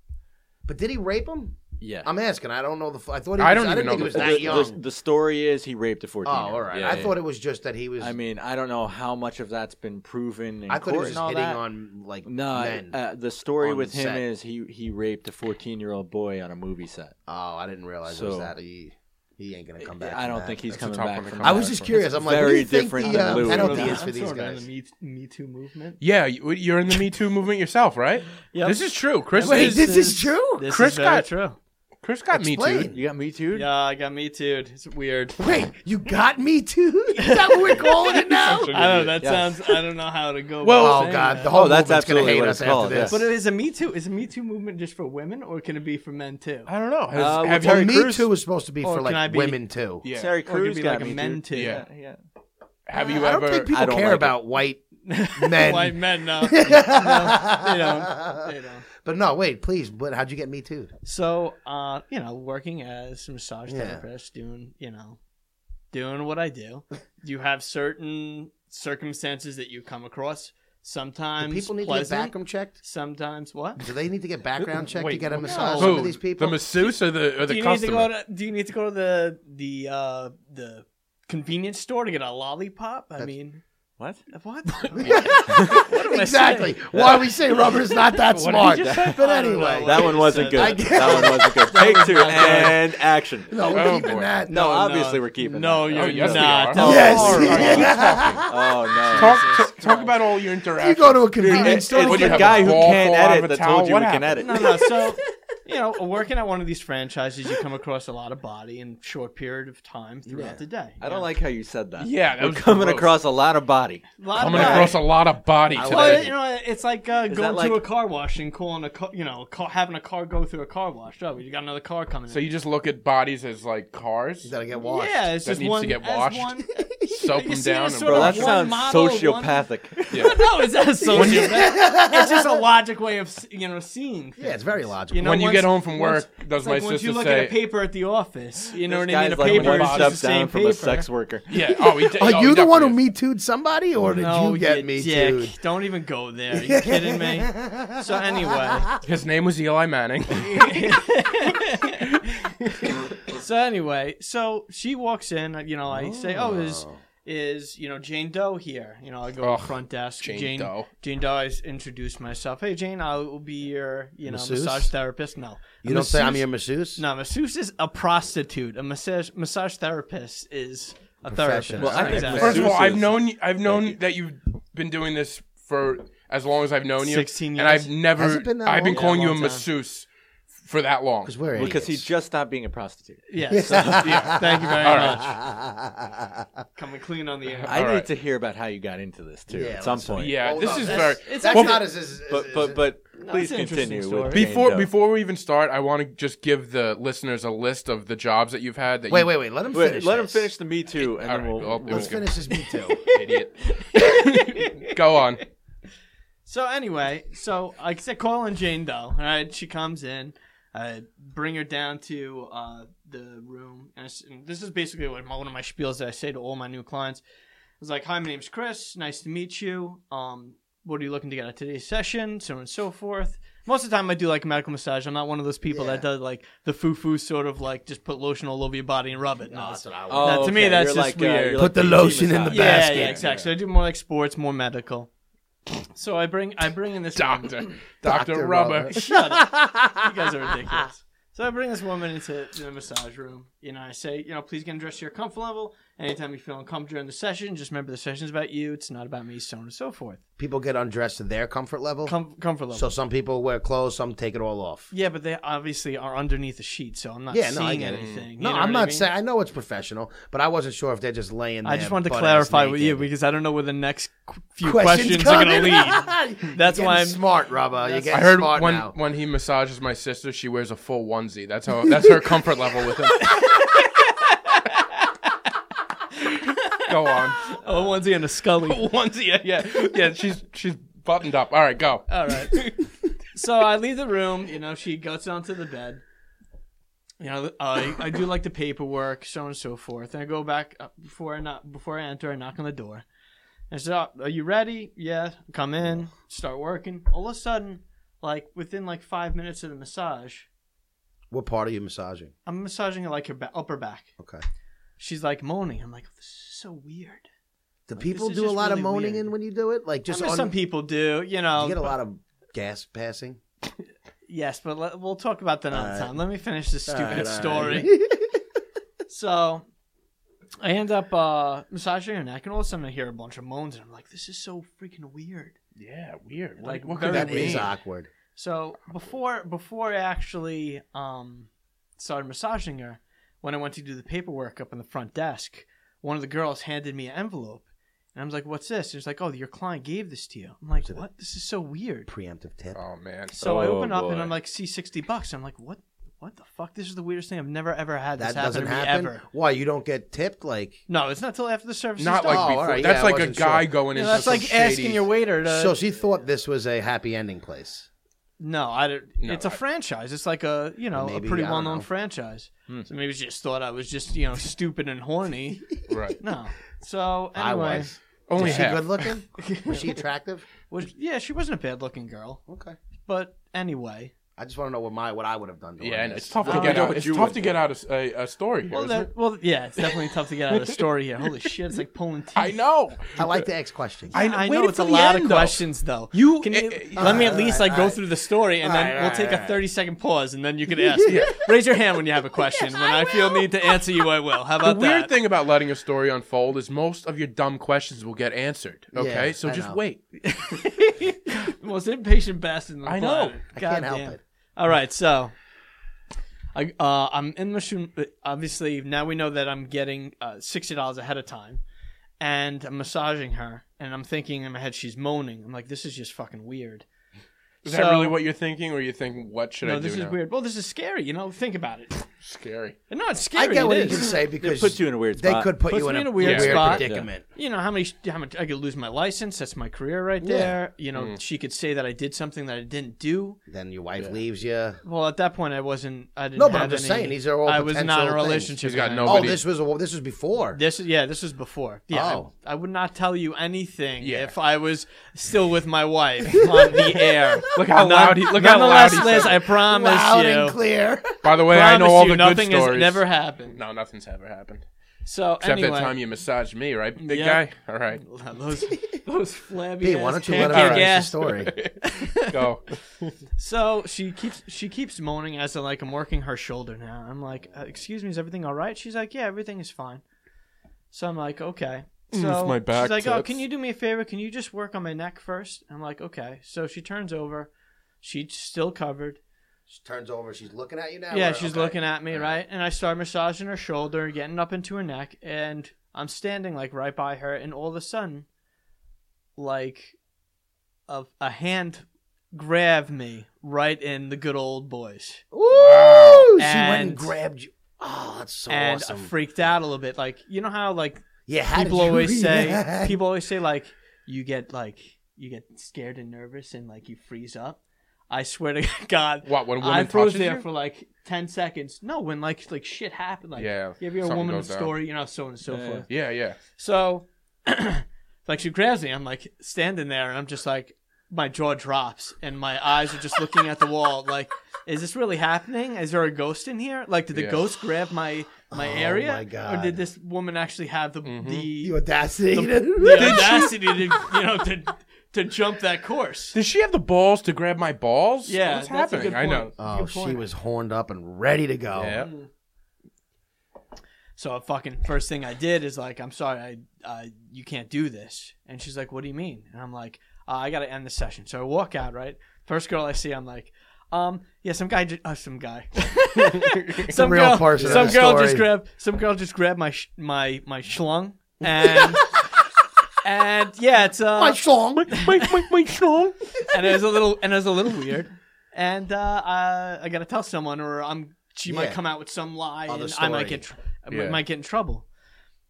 S3: But did he rape him?
S5: Yeah.
S3: I'm asking. I don't know the. f- I thought he. Was,
S2: I don't
S3: I
S2: even
S3: didn't
S2: know
S3: think he was
S2: the-
S5: the,
S3: that
S5: the-
S3: young.
S5: the story is he raped a
S3: oh,
S5: fourteen.
S3: all right. I thought it was just that he was.
S5: I mean, I don't know how much of that's been proven. In
S3: I thought
S5: court
S3: he was
S5: and
S3: just
S5: all
S3: hitting
S5: that.
S3: on like
S5: No,
S3: men.
S5: uh, the story
S3: on
S5: with him
S3: set.
S5: is he he raped a fourteen-year-old boy on a movie set.
S3: oh, I didn't realize it was
S5: so-
S3: that. He, he ain't gonna come back.
S5: I
S3: from
S5: don't
S3: that.
S5: think he's
S2: That's a
S5: coming
S2: tough
S5: back.
S2: one to
S5: From
S2: come
S3: I
S5: that.
S3: was just curious. I'm like, what do
S5: very
S3: you think
S5: different
S3: the
S5: than
S3: uh,
S5: Louis.
S3: penalty
S5: I'm
S3: is for these
S4: sort of in
S3: guys?
S4: the Me, Me Too movement.
S2: Yeah, you- you're in the Me Too movement yourself, right?
S4: <laughs> Yep.
S2: This is true. Chris,
S3: Wait,
S2: is,
S3: this is true?
S4: This
S2: Chris
S4: is very
S2: got-
S4: true.
S2: Chris got Me Too.
S3: Explain.
S5: You got me too.
S4: Yeah, I got Me Too. It's weird.
S3: Wait, you got me too? <laughs> Is that what we're calling it
S5: <laughs>
S3: now?
S2: Such an
S4: I don't
S2: idiot.
S4: know. That
S5: Yeah.
S4: sounds. I don't know how to go.
S2: Well-
S4: about
S3: Oh
S4: saying
S3: God,
S4: that.
S3: the whole
S5: Oh, that's
S3: movement's gonna
S5: absolutely
S3: hate
S5: what
S3: us
S5: it's called,
S3: after this.
S4: But is a Me Too? Is a Me Too movement just for women, or can it be for men too?
S2: I don't know. Has,
S5: Uh,
S2: have
S5: well,
S2: you,
S5: Terry
S3: me
S5: Crews- Oh,
S3: too is supposed to be
S4: Or
S3: for
S4: can I
S3: like
S4: be-
S3: women too.
S2: yeah.
S4: Or
S5: Terry
S4: it could
S5: Crews
S4: be
S5: got
S4: like a
S5: me
S4: men
S5: too.
S4: too.
S2: Yeah.
S5: yeah.
S2: have you
S3: I
S2: ever?
S3: don't think people
S5: I don't
S3: care
S5: like it.
S3: about
S5: <laughs>
S3: white men. <laughs>
S4: White men, no. they don't. They don't.
S3: But no, wait, please. But how'd you get me too?
S4: So, uh, you know, working as a massage
S3: Yeah.
S4: therapist, doing, you know, doing what I do, you have certain circumstances that you come across.
S3: Do
S4: Sometimes
S3: people need to
S4: pleasant,
S3: get background checked?
S4: sometimes what?
S3: Do they need to get background checked to
S2: Wait,
S3: get a
S2: no.
S3: massage?
S2: Who?
S3: Some of these people.
S2: the
S3: <laughs>
S2: masseuse or the or
S4: do
S2: the
S4: you
S2: customer?
S4: need to go to? Do you need to go to the the uh, the convenience store to get a lollipop? I mean,
S5: What?
S4: what? <laughs> I
S3: exactly. Why we say rubber's not that smart.
S4: just say?
S3: But
S4: I don't know.
S3: anyway,
S5: That one wasn't
S4: I
S5: good.
S3: guess-
S5: That one wasn't good. Take two and action.
S3: no, we're
S2: Oh,
S3: keeping
S2: boy.
S3: that.
S5: No, obviously we're keeping.
S4: No,
S5: that.
S4: you're
S2: Oh, yes, we
S4: not.
S2: are.
S3: Yes. <laughs>
S5: all right.
S3: Yeah.
S5: Oh no.
S2: Talk, talk, talk about all your interactions.
S3: You go to a convenience
S5: It's
S3: store.
S2: What,
S5: the
S2: you have a
S5: guy who
S2: ball
S5: can't
S2: fall out of
S5: edit
S2: a
S5: that
S2: towel?
S5: told you
S2: What
S5: we can
S2: happened?
S5: edit.
S4: No, no. So, you know, working at one of these franchises, you come across a lot of body in short period of time throughout
S5: Yeah.
S4: the day.
S5: I don't like how you said that.
S2: Yeah, that
S5: We're
S2: was
S5: coming
S2: gross.
S5: across a lot of body.
S4: a lot
S2: Coming
S4: of body.
S2: across a lot of body
S5: I
S2: today.
S4: Well, you know, it's like uh,
S5: Is
S4: going
S5: that
S4: to a
S5: like-
S4: car wash and calling a car, you know, a car, having a car go through a car wash. Oh, you got another car coming.
S2: so
S4: in.
S2: you just look at bodies as like cars,
S3: Gotta get washed.
S4: yeah, it's
S2: that
S4: just
S2: needs to
S4: one
S2: get
S4: as
S2: washed.
S4: One,
S2: soak
S4: You
S2: them
S4: see it
S2: down,
S4: as
S2: and
S4: sort
S5: Bro,
S4: of
S5: that
S4: one
S5: sounds
S4: model, one-
S5: sociopathic.
S2: yeah.
S4: no, it's not sociopath. it's just a logic way of s- you know seeing. Things.
S3: Yeah, it's very logical.
S4: You know,
S2: when you
S4: once-
S2: get home from
S4: once-
S2: work, does
S4: it's
S2: my
S4: like once
S2: sister
S4: you look
S2: say?
S4: at a paper at the office, you know
S5: This
S4: what I mean?
S5: guy's
S4: A
S5: like
S4: paper
S5: one
S4: is
S5: step
S4: just the
S5: down
S4: same
S5: from
S4: paper.
S5: a sex worker.
S2: yeah. Oh, he did.
S3: Are
S2: oh, he
S3: you the one who
S2: definitely
S3: me too'd somebody, or did
S4: No,
S3: you get
S4: you
S3: me
S4: dick.
S3: too'd?
S4: Don't even go there. Are you kidding me?
S2: <laughs>
S4: So anyway.
S2: is. His name was Eli
S4: <laughs>
S2: Manning.
S4: so anyway, so she walks in. You know, I say, "Oh, is is you know Jane Doe here?" You know, I go
S2: Ugh,
S4: to the front desk.
S2: Jane Doe.
S4: Jane Doe. I s- introduce myself. Hey, Jane, I will be your you know
S3: Masseuse?
S4: massage therapist. No,
S3: You don't say I'm
S4: masseuse-
S3: your masseuse.
S4: No, masseuse is a prostitute. A massage massage therapist is a therapist.
S3: Professional. Well,
S5: I think
S2: First of all,
S5: Masseuses.
S2: I've known I've known that you've been doing this for as long as I've known you,
S4: 16
S2: and
S4: years.
S2: I've never
S3: Has it been that
S2: I've been
S3: long?
S2: calling
S4: Yeah,
S2: you a
S4: long time.
S2: masseuse for that long.
S3: because we're
S5: Because he
S3: idiots.
S5: just stopped being a prostitute.
S4: yes. yeah, thank you very
S2: All right.
S4: much. Coming clean on the air.
S5: I
S2: All
S5: need
S2: right.
S5: to hear about how you got into this too
S3: Yeah,
S5: at some
S3: let's-
S5: point.
S2: Yeah,
S3: Hold
S2: this
S3: on,
S2: is
S3: that's-
S2: very.
S4: It's
S2: Well,
S4: actually-
S2: <laughs>
S3: That's not as, as, as
S5: But but but please
S4: it's an interesting
S5: continue
S4: story.
S5: with Jane
S2: before
S5: Doe.
S2: before we even start, I want to just give the listeners a list of the jobs that you've had. That
S3: wait
S2: you,
S3: wait wait let him
S5: Wait,
S3: finish.
S5: let him
S3: this.
S5: finish the Me Too, and
S2: All
S5: then
S2: right,
S5: we'll,
S2: well,
S5: we'll-
S2: there
S3: Let's
S2: we go.
S3: finish this me too.
S2: idiot. Go on. <laughs>
S4: So anyway, so like I said, call in Jane Doe. All right, she comes in. I bring her down to uh, the room, and, I s- and this is basically what my, one of my spiels that I say to all my new clients. It's like, "Hi, my name's Chris. Nice to meet you. Um, what are you looking to get out of today's session? So on and so forth." Most of the time, I do like medical massage. I'm not one of those people that does like the foo foo sort of like just put lotion all over your body and rub it. No,
S3: That's what I want.
S5: Oh,
S4: That- to me,
S5: okay,
S4: that's
S5: you're
S4: just
S5: like, uh,
S4: weird.
S5: you're
S3: Put
S5: like
S3: the
S5: BT
S3: lotion in the
S5: massage.
S4: yeah,
S3: basket.
S4: yeah, exactly. I do more like sports, more medical. So I bring I bring in this woman.
S2: Doctor. Doctor
S3: Dr.
S2: Rubber.
S3: Rubber.
S4: Shut up. you guys are ridiculous. So I bring this woman into the massage room. You know, I say, you know, please get dressed to your comfort level. Anytime you feel uncomfortable during the session, just remember the session's about you. It's not about me, so on and so forth.
S3: People get undressed to their comfort level.
S4: Com- comfort level.
S3: So some people wear clothes, some take it all off.
S4: yeah, but they obviously are underneath the sheet, so I'm not
S3: Yeah, no, I
S4: seeing
S3: get it.
S4: anything.
S3: No, I'm
S4: You know what I
S3: not
S4: mean?
S3: saying I know it's professional, but I wasn't sure if they're just laying.
S4: I
S3: there
S4: just wanted to
S3: butt-ass
S4: clarify with you
S3: naked.
S4: because I don't know where the next qu- few <laughs> questions,
S3: <laughs>
S4: are going to lead.
S3: lead.
S4: That's why I'm-
S3: smart, Rubber. You get
S2: I heard
S3: smart
S2: when
S3: now.
S2: when he massages my sister, she wears a full onesie. That's how that's her comfort level with him. go on.
S4: Oh, one's in a scully.
S2: Onesie, <laughs> yeah, yeah, yeah. She's she's buttoned up. All right, go.
S4: All right. so I leave the room. You know, she goes onto the bed. You know, I, I do like the paperwork, so on and so forth. And I go back uh, before I knock, before I enter. I knock on the door. And so, are you ready? Yeah. Come in. Start working. All of a sudden, like within like five minutes of the massage,
S3: What part are you massaging?
S4: I'm massaging her like her ba- upper back.
S3: Okay.
S4: She's like moaning. I'm like, "Oh, this is so weird.
S3: Do
S4: Like,
S3: people
S4: this is
S3: do a
S4: just
S3: lot
S4: really
S3: of moaning
S4: weird.
S3: in when you do it? Like
S4: Just
S3: just on,
S4: some people do, you know.
S3: you get a
S4: but-
S3: lot of gas passing.
S4: Yes, but let, we'll talk about that another
S3: All right.
S4: time. Let me finish this
S3: All
S4: stupid
S3: right, all
S4: story.
S3: <laughs> right.
S4: so I end up uh, massaging her neck, and all of a sudden I hear a bunch of moans, and I'm like, "This is so freaking weird."
S2: Yeah, weird.
S4: Like,
S2: Like, what could
S4: very
S2: that
S3: That
S4: weird.
S2: mean?
S3: is awkward.
S4: So before before I actually um, started massaging her, when I went to do the paperwork up on the front desk, one of the girls handed me an envelope, and I was like, "What's this?" And it's like, "Oh, your client gave this to you." I'm like,
S3: So the-
S4: "What? This is so weird."
S3: Preemptive tip.
S2: Oh man.
S4: So I
S5: Oh,
S4: open up and
S5: boy.
S4: I'm like, see sixty bucks. I'm like, what? What the fuck? This is the weirdest thing I've never ever had. This
S3: that
S4: happen
S3: doesn't
S4: to me
S3: happen.
S4: ever.
S3: Why you don't get tipped? Like
S4: No, it's not till after the service. is
S2: Not like
S4: done.
S3: Oh, all
S2: before.
S3: right,
S2: That's
S3: yeah, I
S2: like a
S3: wasn't
S2: guy
S3: sure.
S2: going
S4: You
S2: into
S4: know, that's
S2: some
S4: like
S2: shady-
S4: asking your waiter to.
S3: so, she thought this was a happy ending place.
S4: no, I don't.
S2: No,
S4: it's a
S2: I-
S4: franchise. It's like a you know
S3: Maybe,
S4: a pretty
S3: I don't
S4: well known
S3: know.
S4: franchise.
S2: Hmm.
S4: So maybe she just thought I was just you know stupid
S3: <laughs>
S4: and horny.
S2: Right.
S4: No. So anyway,
S3: I was.
S2: Only
S3: Was she
S2: half.
S3: good looking? <laughs> Was she attractive?
S4: was- yeah, she wasn't a bad looking girl,
S3: Okay.
S4: but anyway.
S3: I just want to know what my what I would have done. To her,
S2: Yeah,
S3: I
S2: and
S3: guess.
S2: it's tough to
S4: don't
S2: get
S5: know
S2: out.
S5: what
S2: It's
S5: you
S2: tough
S5: would
S2: to
S5: do.
S2: get out a, a, a story here.
S4: Well,
S2: isn't it?
S4: that, well, yeah, it's definitely tough to get out of the story here. Holy shit, it's like pulling teeth.
S2: <laughs> I know.
S3: I like to ask questions.
S4: I,
S2: know-
S4: know
S2: waited
S4: it's
S2: for
S4: a
S2: the
S4: lot of
S2: end, though.
S4: questions, though.
S2: You-
S4: can
S2: eh, eh,
S4: let me at least like go
S3: alright.
S4: through the story, and then
S3: Alright,
S4: we'll take a
S3: alright,
S4: thirty second pause, and
S2: <laughs>
S4: then you can ask. Raise your hand when you have a question. when I, feel need to answer you, I will. How
S2: The
S4: about
S2: weird
S4: that?
S2: thing about letting a story unfold is most of your dumb questions will get answered. Okay,
S3: Yeah,
S2: so
S3: I
S2: just
S3: know.
S2: wait.
S4: Most impatient bastard. On the
S2: I know.
S4: planet.
S3: I can't
S4: God
S3: help
S4: damn.
S3: it.
S4: All right, so I, uh, I'm in mushroom. Obviously, now we know that I'm getting uh, sixty dollars ahead of time, and I'm massaging her, and I'm thinking in my head she's moaning. I'm like, this is just fucking weird.
S2: Is
S4: So-
S2: that really what you're thinking, or you think, what should I
S4: No,
S2: do
S4: this
S2: now?
S4: is weird. Well, this is scary. You know, think about it.
S2: <laughs> Scary.
S4: No, it's scary.
S3: I get what
S4: it
S3: you can
S4: is.
S3: say
S5: It
S3: because
S5: puts you in a weird
S3: they
S5: spot.
S3: could put
S4: Puts
S3: you in
S4: me
S3: a,
S4: in a weird spot.
S3: predicament.
S4: you know how many how much I could lose my license. That's my career right there.
S3: Mm.
S4: You know, she could say that I did something that I didn't do.
S3: Then your wife leaves you.
S4: Well, at that point, I wasn't. I didn't.
S3: No, but I'm
S4: have
S3: just
S4: any-
S3: saying, these are all
S4: I was not in a
S3: potential things.
S4: relationship.
S2: He's got
S4: with
S2: no-
S4: any-
S3: Oh,
S2: Nobody-
S3: this was a, this was before.
S4: This is yeah. This was before. Yeah, I-
S3: Oh.
S4: I, would not tell you anything
S2: Yeah.
S4: if I was still with my wife on
S2: <laughs>
S4: the air. <laughs>
S2: Look how loud he. Look how loud
S4: Nonetheless,
S2: he.
S4: Liz, I promise
S3: Loud
S4: you.
S3: and
S4: <laughs>
S3: clear.
S2: By the way, I
S4: Promise
S2: know all
S4: you,
S2: the
S4: nothing
S2: good stories.
S4: has never happened.
S2: No, nothing's ever happened.
S4: So
S2: Except
S4: anyway,
S2: that time you massaged me, right, big
S4: Yeah.
S2: guy? All right,
S4: those <laughs>
S2: <laughs>
S4: those flabby.
S3: Hey, why
S4: ass
S3: don't you let
S4: pancake
S3: us finish the
S4: ass <laughs>
S3: story?
S2: go.
S4: So she keeps she keeps moaning as I'm like I'm working her shoulder now. I'm like, uh, excuse me, is everything all right? She's like, yeah, everything is fine. So I'm like, okay. So
S2: it's Mm, my back
S4: she's like, oh,
S2: tips.
S4: can you do me a favor? Can you just work on my neck first? I'm like, okay. So she turns over. She's still covered.
S3: She turns over. She's looking at you now.
S4: Yeah,
S3: or-
S4: she's
S3: okay.
S4: looking at me, right? And I start massaging her shoulder, getting up into her neck, and I'm standing like right by her, and all of a sudden, like a, a hand grabbed me right in the good old boys.
S3: Ooh, she went
S4: And-
S3: and grabbed you. Oh, that's so
S4: and
S3: awesome.
S4: I freaked out a little bit. Like you know how like
S3: yeah, how did
S4: people
S3: you
S4: always say
S3: react?
S4: people always say like you get like you get scared and nervous and like you freeze up. I swear to <laughs> God,
S2: What, when a woman
S4: I froze
S2: touches
S4: there
S2: you?
S4: for like ten seconds. No, when like like shit happened. Like
S2: Yeah,
S4: give you a
S2: something
S4: woman a
S2: goes down.
S4: story, you know, so on and so
S5: Yeah.
S4: forth.
S2: Yeah, yeah.
S4: So <clears throat> like she grabs me. I'm like standing there, and I'm just like my jaw drops and my eyes are just looking at the wall like. Is this really happening? Is there a ghost in here? Like, did the
S2: Yeah.
S4: ghost grab my my
S3: Oh,
S4: area,
S3: my God.
S4: or did this woman actually have the
S2: Mm-hmm.
S3: You
S4: the,
S3: audacity. <laughs>
S4: the audacity to you know to to jump that course?
S2: Did she have the balls to grab my balls?
S4: Yeah,
S2: what's
S4: that's a
S2: happening?
S4: good
S2: I know.
S4: point.
S3: oh,
S4: Good
S3: she
S4: point.
S3: was horned up and ready to go.
S2: Yeah.
S4: So a fucking first thing I did is like, I'm sorry, I uh, you can't do this. And she's like, What do you mean? And I'm like, uh, I got to end the session. So I walk out. Right, first girl I see, I'm like. Um. Yeah. Some guy. Just, uh, some guy. <laughs> some
S3: real
S4: girl.
S3: person in
S4: Some
S3: the
S4: girl
S3: story.
S4: just grabbed. Some girl just grabbed my sh- my my schlong
S3: <laughs>
S4: and and yeah. It's uh.
S3: My <laughs> song.
S4: and it was a little and it was a little weird. And uh, uh, I gotta tell someone, or I'm she might
S3: Yeah.
S4: come out with some lie,
S3: Other
S4: and I might
S3: story.
S4: get tr- I
S2: Yeah.
S4: might get in trouble.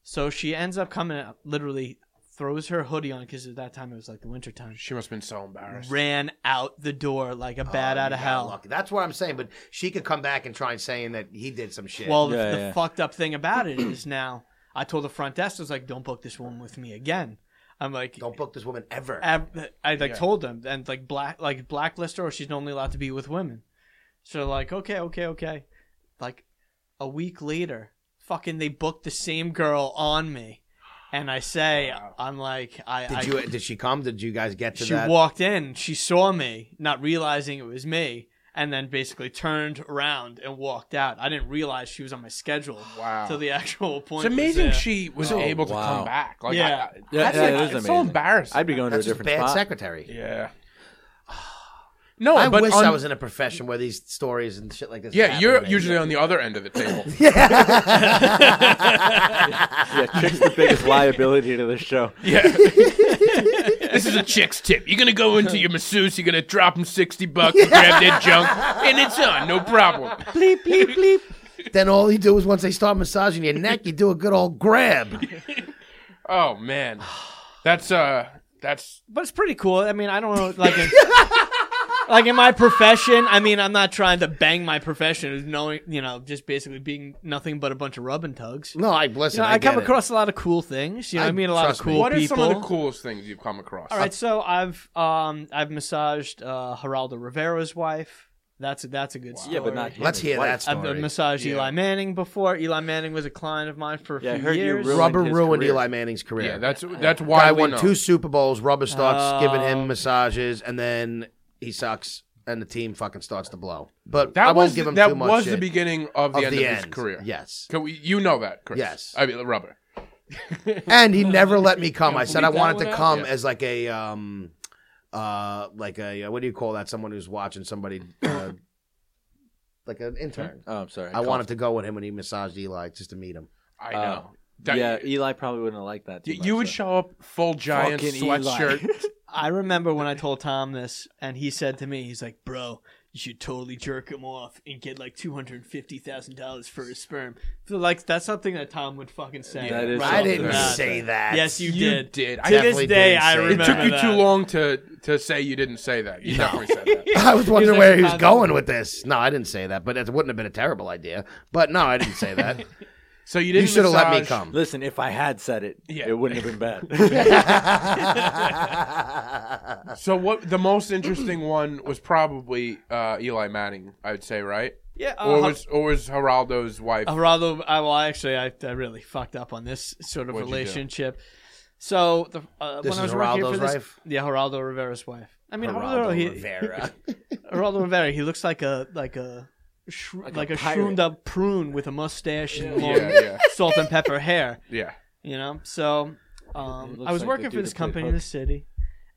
S4: So she ends up coming, out, literally throws her hoodie on because at that time it was like the winter time.
S2: She must have been so embarrassed.
S4: Ran out the door like a
S3: Oh,
S4: bat out of hell.
S3: Lucky. That's what I'm saying. But she could come back and try and saying that he did some shit.
S4: Well,
S5: Yeah,
S4: the, the
S5: yeah.
S4: fucked up thing about it is now I told the front desk I was like, "Don't book this woman with me again." I'm like,
S3: don't book this woman ever.
S4: ab- I like
S2: Yeah.
S4: told them and like black like blacklist her or she's only allowed to be with women. So like okay okay okay, like a week later, fucking they booked the same girl on me, and I say I'm like I
S3: Did
S4: I,
S3: you? Did she come? Did you guys get to
S4: she
S3: that?
S4: walked in, she saw me, not realizing it was me, and then basically turned around and walked out. I didn't realize she was on my schedule.
S2: Wow.
S4: Till the <laughs> actual
S2: It's
S4: appointment.
S2: amazing
S4: was there.
S2: she was
S5: Oh,
S2: able to
S5: wow.
S2: come back. Like,
S4: Yeah.
S2: I, I,
S5: Yeah,
S2: that's
S5: yeah,
S2: like,
S5: it is
S2: it's so
S5: amazing.
S2: embarrassing.
S5: I'd be going
S3: That's
S5: to a
S3: just
S5: different
S3: bad
S5: spot.
S3: secretary.
S2: yeah. No,
S3: I
S2: but
S3: wish
S2: on-
S3: I was in a profession where these stories and shit like this.
S2: Yeah,
S3: happened,
S2: you're
S3: man.
S2: usually on the other end of the
S4: <laughs>
S2: table.
S5: Yeah, chick's the biggest liability to this show.
S4: <laughs>
S2: Yeah. this is a chick's tip. You're going to go into your masseuse, you're going to drop them 60
S4: <laughs>
S2: bucks, you grab their junk, and it's on. No problem.
S3: Then all you do is once they start massaging your neck, you do a good old grab.
S2: Oh, man. That's, uh, that's,
S4: But it's pretty cool. I mean, I don't know, like, in, <laughs> like in my profession. I mean, I'm not trying to bang my profession. is Knowing, you know, just basically being nothing but a bunch of rub and tugs.
S3: <laughs> No, I listen.
S4: You know, I,
S3: I, get
S4: come
S3: it.
S4: across a lot of cool things. You know,
S3: I-
S4: I, mean, a lot of
S3: trust me.
S4: cool
S2: what are
S4: people.
S2: some of the coolest things you've come across?
S4: All right, so I've um I've massaged uh Geraldo Rivera's wife. That's a, that's a good story.
S5: <laughs> Yeah, but not.
S3: Let's
S5: him, his
S3: hear
S5: wife.
S3: that
S4: I've
S3: story.
S4: massaged Eli Manning before. Eli Manning was a client of mine for a
S5: Yeah, I
S4: few
S5: heard you
S4: years.
S5: ruined
S3: Rubber
S5: his
S3: ruined
S5: career.
S3: Eli Manning's career.
S2: Yeah, that's that's why
S3: guy
S2: I
S3: won
S2: known.
S3: two Super Bowls. Rubber starts giving
S4: Oh.
S3: him massages, and then he sucks, and the team fucking starts to blow. But
S2: That
S3: I won't
S2: was
S3: give him
S2: that
S3: too much
S2: was
S3: shit
S2: the beginning of the
S3: of
S2: end
S3: the
S2: of
S3: end.
S2: his career.
S3: Yes,
S2: Can we, you know that, Chris.
S3: Yes.
S2: I mean, the rubber.
S3: and he never let me come. I
S4: Can
S3: said
S4: we
S3: I
S4: leave
S3: wanted
S4: that
S3: to
S4: one out?
S3: come
S2: Yeah.
S3: as like a um, uh, like a uh, what do you call that? Someone who's watching somebody. Uh, like an intern.
S5: Oh, I'm sorry.
S3: I wanted to go with him when he massaged Eli just to meet him.
S2: I
S3: Uh,
S5: Oh.
S2: know. That-
S5: yeah, Eli probably wouldn't have liked that. too
S2: you,
S5: much,
S2: you would
S5: so.
S2: show up full giant
S5: Fucking Eli. <laughs>
S2: sweatshirt.
S4: I remember when I told Tom this, and he said to me, he's like, bro, you should totally jerk him off and get like $250,000 for his sperm. So, like, that's something that Tom would fucking say.
S5: That is
S3: I
S5: something
S3: didn't
S5: that-
S3: say that.
S4: Yes, you,
S2: You
S4: did.
S2: did.
S4: To
S2: I
S4: this
S3: definitely
S4: day,
S3: didn't
S4: I
S3: say that.
S2: it
S4: remember
S2: took you
S4: that.
S2: too long to to say you didn't say that. You definitely said
S3: <laughs>
S2: that.
S3: I
S4: <laughs>
S3: was wondering
S4: like
S3: where
S4: a
S3: he was
S4: condom.
S3: going with this. No, I didn't say that, but it wouldn't have been a terrible idea. But no, I didn't say
S4: <laughs>
S3: that.
S2: So you didn't.
S3: you should have let me
S2: massage-
S3: come.
S5: Listen, if I had said it,
S2: Yeah.
S5: it wouldn't have
S3: <laughs>
S5: been bad. <laughs>
S2: So what? The most interesting one was probably uh, Eli Manning. I would say, right?
S4: Yeah, uh,
S2: Or was or was Geraldo's wife?
S4: Geraldo, I, well, actually, I, I really fucked up on this sort of
S2: What'd you do?
S4: relationship. So the, uh,
S3: This
S4: when I
S3: is
S4: was working here for
S3: Geraldo's
S4: this,
S3: wife?
S4: yeah, Geraldo Rivera's wife. I mean, Geraldo,
S3: Geraldo
S4: he, <laughs>
S3: Rivera.
S4: Geraldo Rivera, he looks like a like a shro- like,
S5: a
S4: a,
S5: pirate.
S4: shroomed up prune with a mustache and long
S2: yeah, yeah,
S4: salt and pepper hair.
S2: yeah.
S4: You know, so um,
S5: looks
S4: I was
S5: like the
S4: working for
S5: dude
S4: this
S5: that played
S4: company in the
S5: Hook.
S4: city,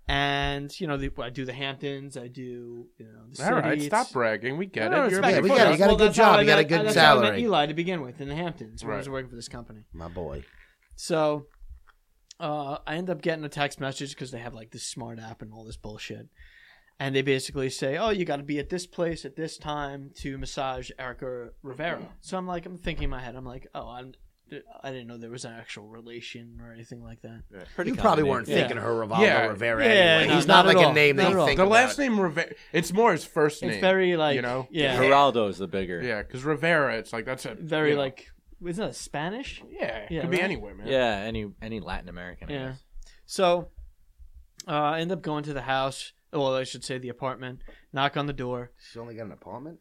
S4: and you know, the, I do the Hamptons, I do you know the city.
S2: All right, stop
S4: it's-
S2: bragging. We get
S4: No, no,
S2: it.
S4: it's
S2: You're a
S4: back
S3: Yeah,
S2: big
S4: and
S2: fuck-
S3: we
S4: forth.
S3: got- you got a good
S4: Well, that's how
S3: job,
S4: I
S3: you got a
S4: met-
S3: good
S4: that's how I met
S3: salary.
S4: Eli to begin with in the Hamptons when I was
S2: Right.
S4: working for this company.
S3: My boy.
S4: So uh, I end up getting a text message because they have like this smart app and all this bullshit. And they basically say, oh, you got to be at this place at this time to massage Erica Rivera. So I'm like, I'm thinking in my head, I'm like, oh, I'm. I didn't know there was an actual relation or anything like that.
S5: Pretty
S3: You probably
S5: common
S3: weren't
S5: name.
S3: thinking her Rivaldo
S2: Yeah.
S3: Rivera
S4: Yeah,
S3: anyway.
S4: no,
S3: He's
S4: not
S3: not,
S4: at
S3: like
S4: all.
S3: a name
S4: Not
S3: that
S4: at
S3: you
S4: all.
S3: think
S2: The
S3: about.
S2: last name Rivera. It's more his first name.
S4: It's very like,
S2: you know?
S4: yeah,
S5: Geraldo is the bigger.
S2: yeah, because Rivera. It's like that's a
S4: very
S2: you know,
S4: like, isn't that Spanish?
S2: Yeah, it
S4: yeah,
S2: could be
S4: right?
S2: anywhere, man.
S5: Yeah, any any Latin American. I
S4: Yeah.
S5: guess.
S4: So uh, I end up going to the house, well, I should say the apartment, knock on the door.
S3: She's only got an apartment?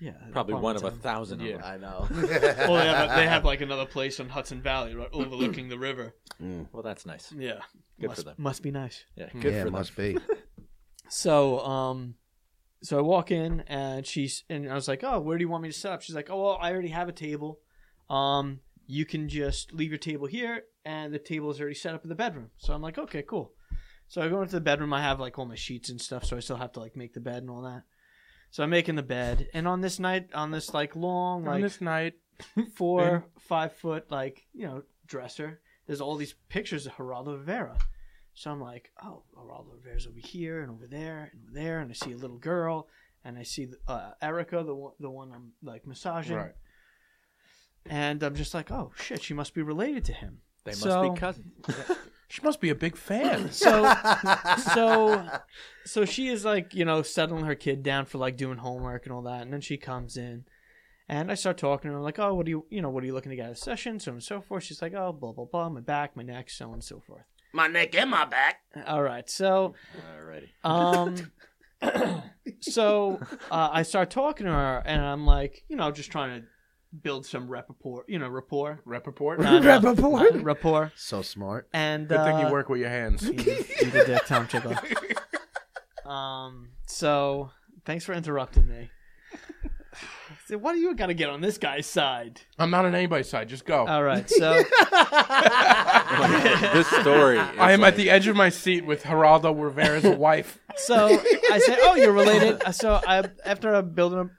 S4: Yeah,
S5: probably one of a
S4: apartment's
S5: thousand.
S2: Yeah.
S5: Of them. I know.
S4: on- <laughs> Well, they have,
S3: <laughs>
S4: they have like another place on Hudson Valley, right, overlooking the river.
S5: <laughs> well, that's nice.
S4: <clears throat> Yeah,
S5: Good
S4: must,
S5: for them.
S4: Must be nice.
S5: Yeah, good
S3: yeah,
S5: for
S3: it
S5: them.
S3: must be.
S4: So, um, so I walk in and she's and I was like, "Oh, where do you want me to set up?" She's like, "Oh, well, I already have a table. Um, you can just leave your table here, and the table is already set up in the bedroom." So I'm like, "Okay, cool." So I go into the bedroom. I have like all my sheets and stuff, so I still have to like make the bed and all that. So I'm making the bed, and on this night, on this like long,
S2: On
S4: like
S2: this night,
S4: <laughs> four, five foot, like, you know, dresser. There's all these pictures of Geraldo Rivera. So I'm like, oh, Geraldo Rivera's over here and over there and over there. And I see a little girl and I see uh, Erica, the, one- the one I'm like massaging.
S2: right?
S4: And I'm just like, oh, shit, she must be related to him.
S5: They must
S4: So-
S5: be cousins.
S2: She must be a big
S4: <clears throat>
S2: fan. <laughs>
S4: So, so, so she is like, you know, settling her kid down for like doing homework and all that. And then she comes in and I start talking to her. I'm like, oh, what do you, you know, what are you looking to get out of the session? So on and so forth. She's like, oh, blah, blah, blah, my back, my neck, so on and so forth.
S3: my neck and my
S4: <laughs>
S3: back.
S4: All right.
S2: <laughs>
S4: So,
S5: <laughs> Alrighty.
S4: um, <clears throat> so uh, I start talking to her and I'm like, you know, just trying to build some rapport, you know, rapport.
S2: Rappaport.
S4: No, no,
S3: Rapport?
S4: not rapport.
S3: So smart.
S4: And
S2: Good thing
S4: uh,
S2: you work with your hands.
S4: Eat a dick, Tom Chickle. <laughs> Um. So, thanks for interrupting me. <sighs> So Why do you got to get on this guy's side?
S2: I'm not on anybody's side. Just
S5: Oh.
S2: go.
S4: All right. So,
S5: this story. Is
S2: I am
S5: like,
S2: at the edge of my seat with Geraldo
S4: <laughs>
S2: Rivera's wife.
S4: so I said, "Oh, you're related." So I, after I build a